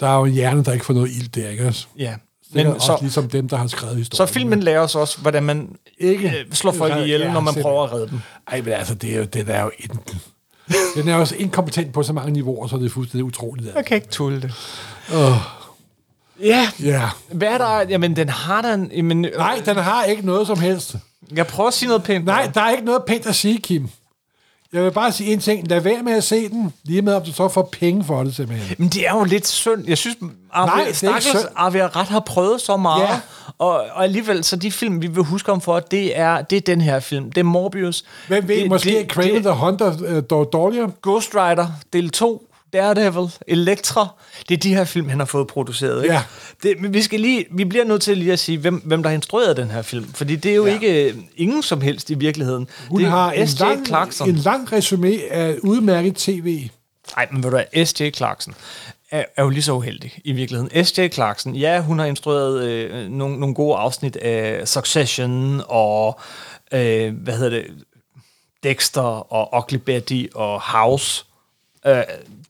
der er jo en hjerne, der ikke får noget ild der, ikke også? Ja. Men Men også så, så, ligesom dem, der har skrevet historien. så filmen lærer os også, hvordan man ikke øh, slår folk Ja, ihjel, ja, når man simpelthen. prøver at redde dem. Ej, men altså, det er jo, den er jo en, den er jo også inkompetent på så mange niveauer, så det er fuldstændig utroligt. Altså. Jeg kan ikke tåle det. Uh. Ja, Ja. hvad er der? Jamen, den har da en... Jamen, Nej, den har ikke noget som helst. Jeg prøver at sige noget pænt. Nej, der er ikke noget pænt at sige, Kim. Jeg vil bare sige en ting. Lad være med at se den, lige med om du så får penge for det, simpelthen. Men det er jo lidt synd. Jeg synes, Nej, det er Arve, ikke Stakkels synd. Arve ret har prøvet så meget. Ja. Og, og alligevel, så de film, vi vil huske om for, det er, det er den her film. Det er Morbius. Hvem ved, det, måske er Craven the Hunter øh, dog dårligere? Ghost Rider, del 2, Daredevil, Elektra. Det er de her film, han har fået produceret. Ikke? Ja. Det, men vi, skal lige, vi bliver nødt til lige at sige, hvem, hvem der har instrueret den her film. Fordi det er jo ja. ikke øh, ingen som helst i virkeligheden. Hun det er har en S.J. lang, Clarkson. en lang resume af udmærket tv. Nej, men ved du hvad, S.J. Clarkson er, er jo lige så uheldig i virkeligheden. S.J. Clarkson, ja, hun har instrueret øh, nogle, nogle gode afsnit af Succession og, øh, hvad hedder det, Dexter og Ugly Betty og House. Øh,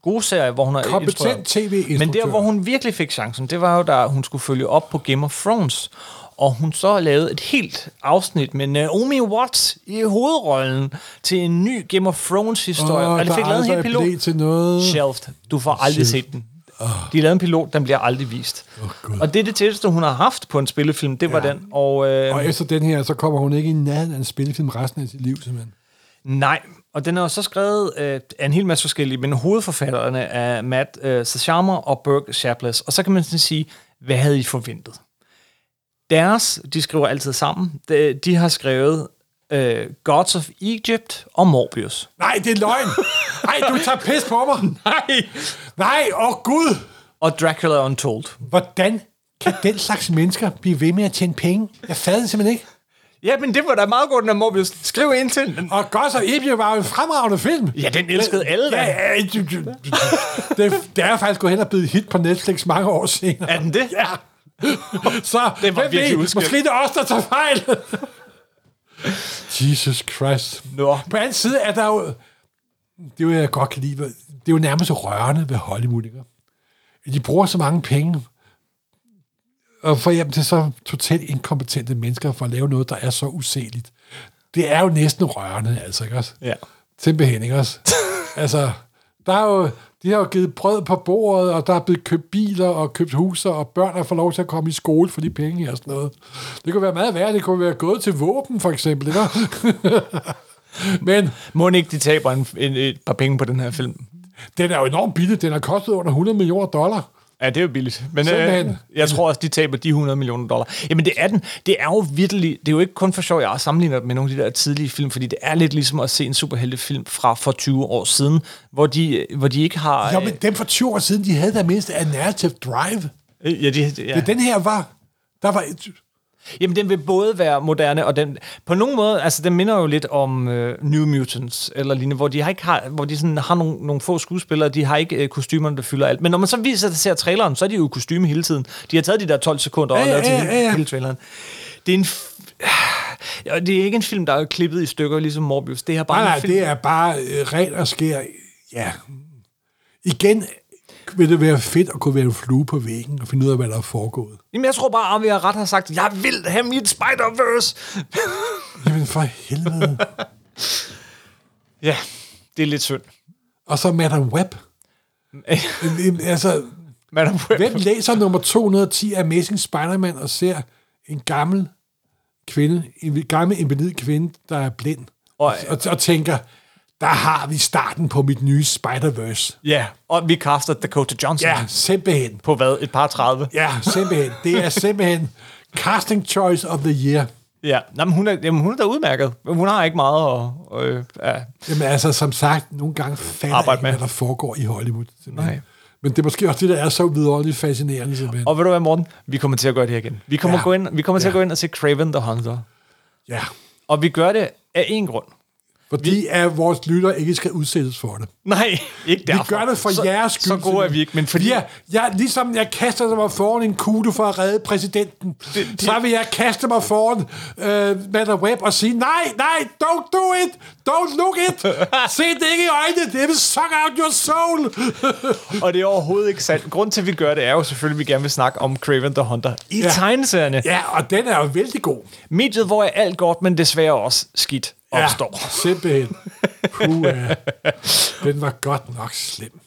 gode serier, hvor hun har Kompetent TV-instruktør. Men der, hvor hun virkelig fik chancen, det var jo, da hun skulle følge op på Game of Thrones. Og hun så lavede et helt afsnit med Naomi Watts i hovedrollen til en ny Game of Thrones-historie. Åh, og det der fik er lavet en hel aldrig pilot. blev til noget. Shelved. Du får aldrig set den. De lavede en pilot, den bliver aldrig vist. Gud. og det er det tætteste, hun har haft på en spillefilm, det var den. Og, øh, Og efter den her, så kommer hun ikke i nærheden af en spillefilm resten af sit liv, simpelthen. nej, og den er jo så skrevet øh, af en hel masse forskellige, men hovedforfatterne er Matt øh, Sashama og Burke Chaplas. Og så kan man sådan sige, hvad havde I forventet? Deres, de skriver altid sammen, de, de har skrevet øh, Gods of Egypt og Morbius. Nej, det er løgn. Nej, du tager pis på mig. Nej! Nej, åh Gud. Og Dracula Untold. Hvordan kan den slags mennesker blive ved med at tjene penge? Jeg fatter det simpelthen ikke. Ja, men det var da meget godt, når Morbius skriv ind til den. Og godt så Ebio var jo en fremragende film. Ja, den elskede alle da. Ja, ja, ja, ja, ja. det, det er faktisk gået hen og blevet hit på Netflix mange år senere. Er den det? Ja. Så, Den var hvem virkelig ved, udskilt. måske det er os, der tager fejl. Jesus Christ. Nå. På anden side er der jo... Det er jo, jeg godt kan lide. Det er jo nærmest rørende ved Hollywood, ikke? At De bruger så mange penge og får hjem til så totalt inkompetente mennesker for at lave noget, der er så useligt. Det er jo næsten rørende, altså, ikke også? Ja. Simpelthen, ikke også? altså, der er jo, de har jo givet brød på bordet, og der er blevet købt biler og købt huser, og børn har fået lov til at komme i skole for de penge her og sådan noget. Det kunne være meget værd. Det kunne være gået til våben, for eksempel, ikke? Men Må ikke, de taber en, en, et par penge på den her film? den er jo enormt billig. Den har kostet under 100 millioner dollar. Ja, det er jo billigt. Men øh, Simpelthen. jeg tror også, de taber de 100 millioner dollar. Jamen, det er den. Det er jo virkelig... Det er jo ikke kun for sjov, jeg sammenligner det med nogle af de der tidlige film, fordi det er lidt ligesom at se en superheltefilm fra for 20 år siden, hvor de, hvor de ikke har... Jo, men dem for 20 år siden, de havde da mindst af narrative drive. øh, ja, de, ja. Ja. Den her var... Der var et, Jamen, den vil både være moderne, og den, på nogen måde, altså den minder jo lidt om øh, New Mutants, eller lignende, hvor de, har ikke har, hvor de sådan har nogle, nogle få skuespillere, de har ikke øh, kostymerne, der fylder alt. Men når man så viser det ser traileren, så er de jo i kostyme hele tiden. De har taget de der 12 sekunder og Ja, ja, lavet til ja, hele, ja, ja. hele traileren. Det er en... F- Ja, det er ikke en film, der er klippet i stykker, ligesom Morbius. Det er bare Nej, nej, en film. det er bare øh, ren og skær. Ja. Igen vil det være fedt at kunne være en flue på væggen og finde ud af, hvad der er foregået. Jamen, jeg tror bare, at vi har ret har sagt, jeg vil have mit Spider-Verse. Jamen for helvede. Ja, det er lidt synd. og så Madam Web. En- en- altså, Man er hvem læser nummer 210 af Amazing Spider-Man og ser en gammel kvinde, en gammel invalid kvinde, der er blind, Og- og, og, og tænker, der har vi starten på mit nye Spider-Verse. Ja, og vi kaster Dakota Johnson Ja, simpelthen. på hvad? Et par 30? Ja, simpelthen. Det er simpelthen casting choice of the year. Ja, Nå, men hun, er, jamen, hun er da udmærket. Hun har ikke meget at... Øh, ja. Jamen altså, som sagt, nogle gange fatter jeg Arbejde ikke, med. hvad der foregår i Hollywood. simpelthen. Nej. Men det er måske også det, der er så vidunderligt fascinerende, simpelthen. Og, Og ved du hvad, Morten? Vi kommer til at gøre det her igen. Vi kommer, ja. Ja. gå ind, vi kommer ja. til at Ja. gå ind og se Craven the Hunter. ja. Og vi gør det af én grund. Fordi vi, er vores lytter ikke skal udsættes for det. Nej, ikke Vi derfor. gør det for så, jeres skyld. Så gode er vi ikke, men fordi... Ja, jeg, ligesom jeg kaster mig foran en kugle for at redde præsidenten, det, det- det, så vil jeg kaste mig foran øh, Madam Web og sige, nej, nej, don't do it, don't look it, se det ikke i øjnene, det vil suck out your soul. Og det er overhovedet ikke sandt. Grunden til, at vi gør det, er jo selvfølgelig, at vi gerne vil snakke om Craven the Hunter i ja. Ja. tegneserierne. Ja. ja, og den er jo vældig god. Mediet, hvor er alt godt, men desværre også skidt opstår. Ja, simpelthen. Puh, ja. Den var godt nok slem.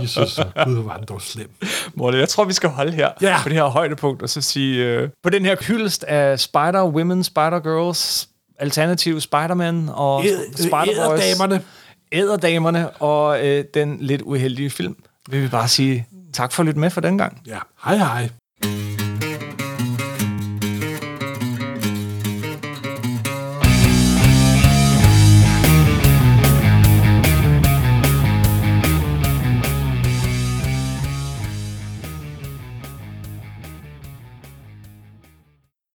Jesus, gud, hvor var den dog slem. Morten, jeg tror, vi skal holde her Ja. på det her højdepunkt, og så sige, øh, på den her hyldest af Spider Women, Spider Girls, Alternative Spider-Man og Ed- Spider Boys. Æderdamerne. Æderdamerne og øh, den lidt uheldige film, vil vi bare sige tak for at lytte med for den gang. Ja, hej hej.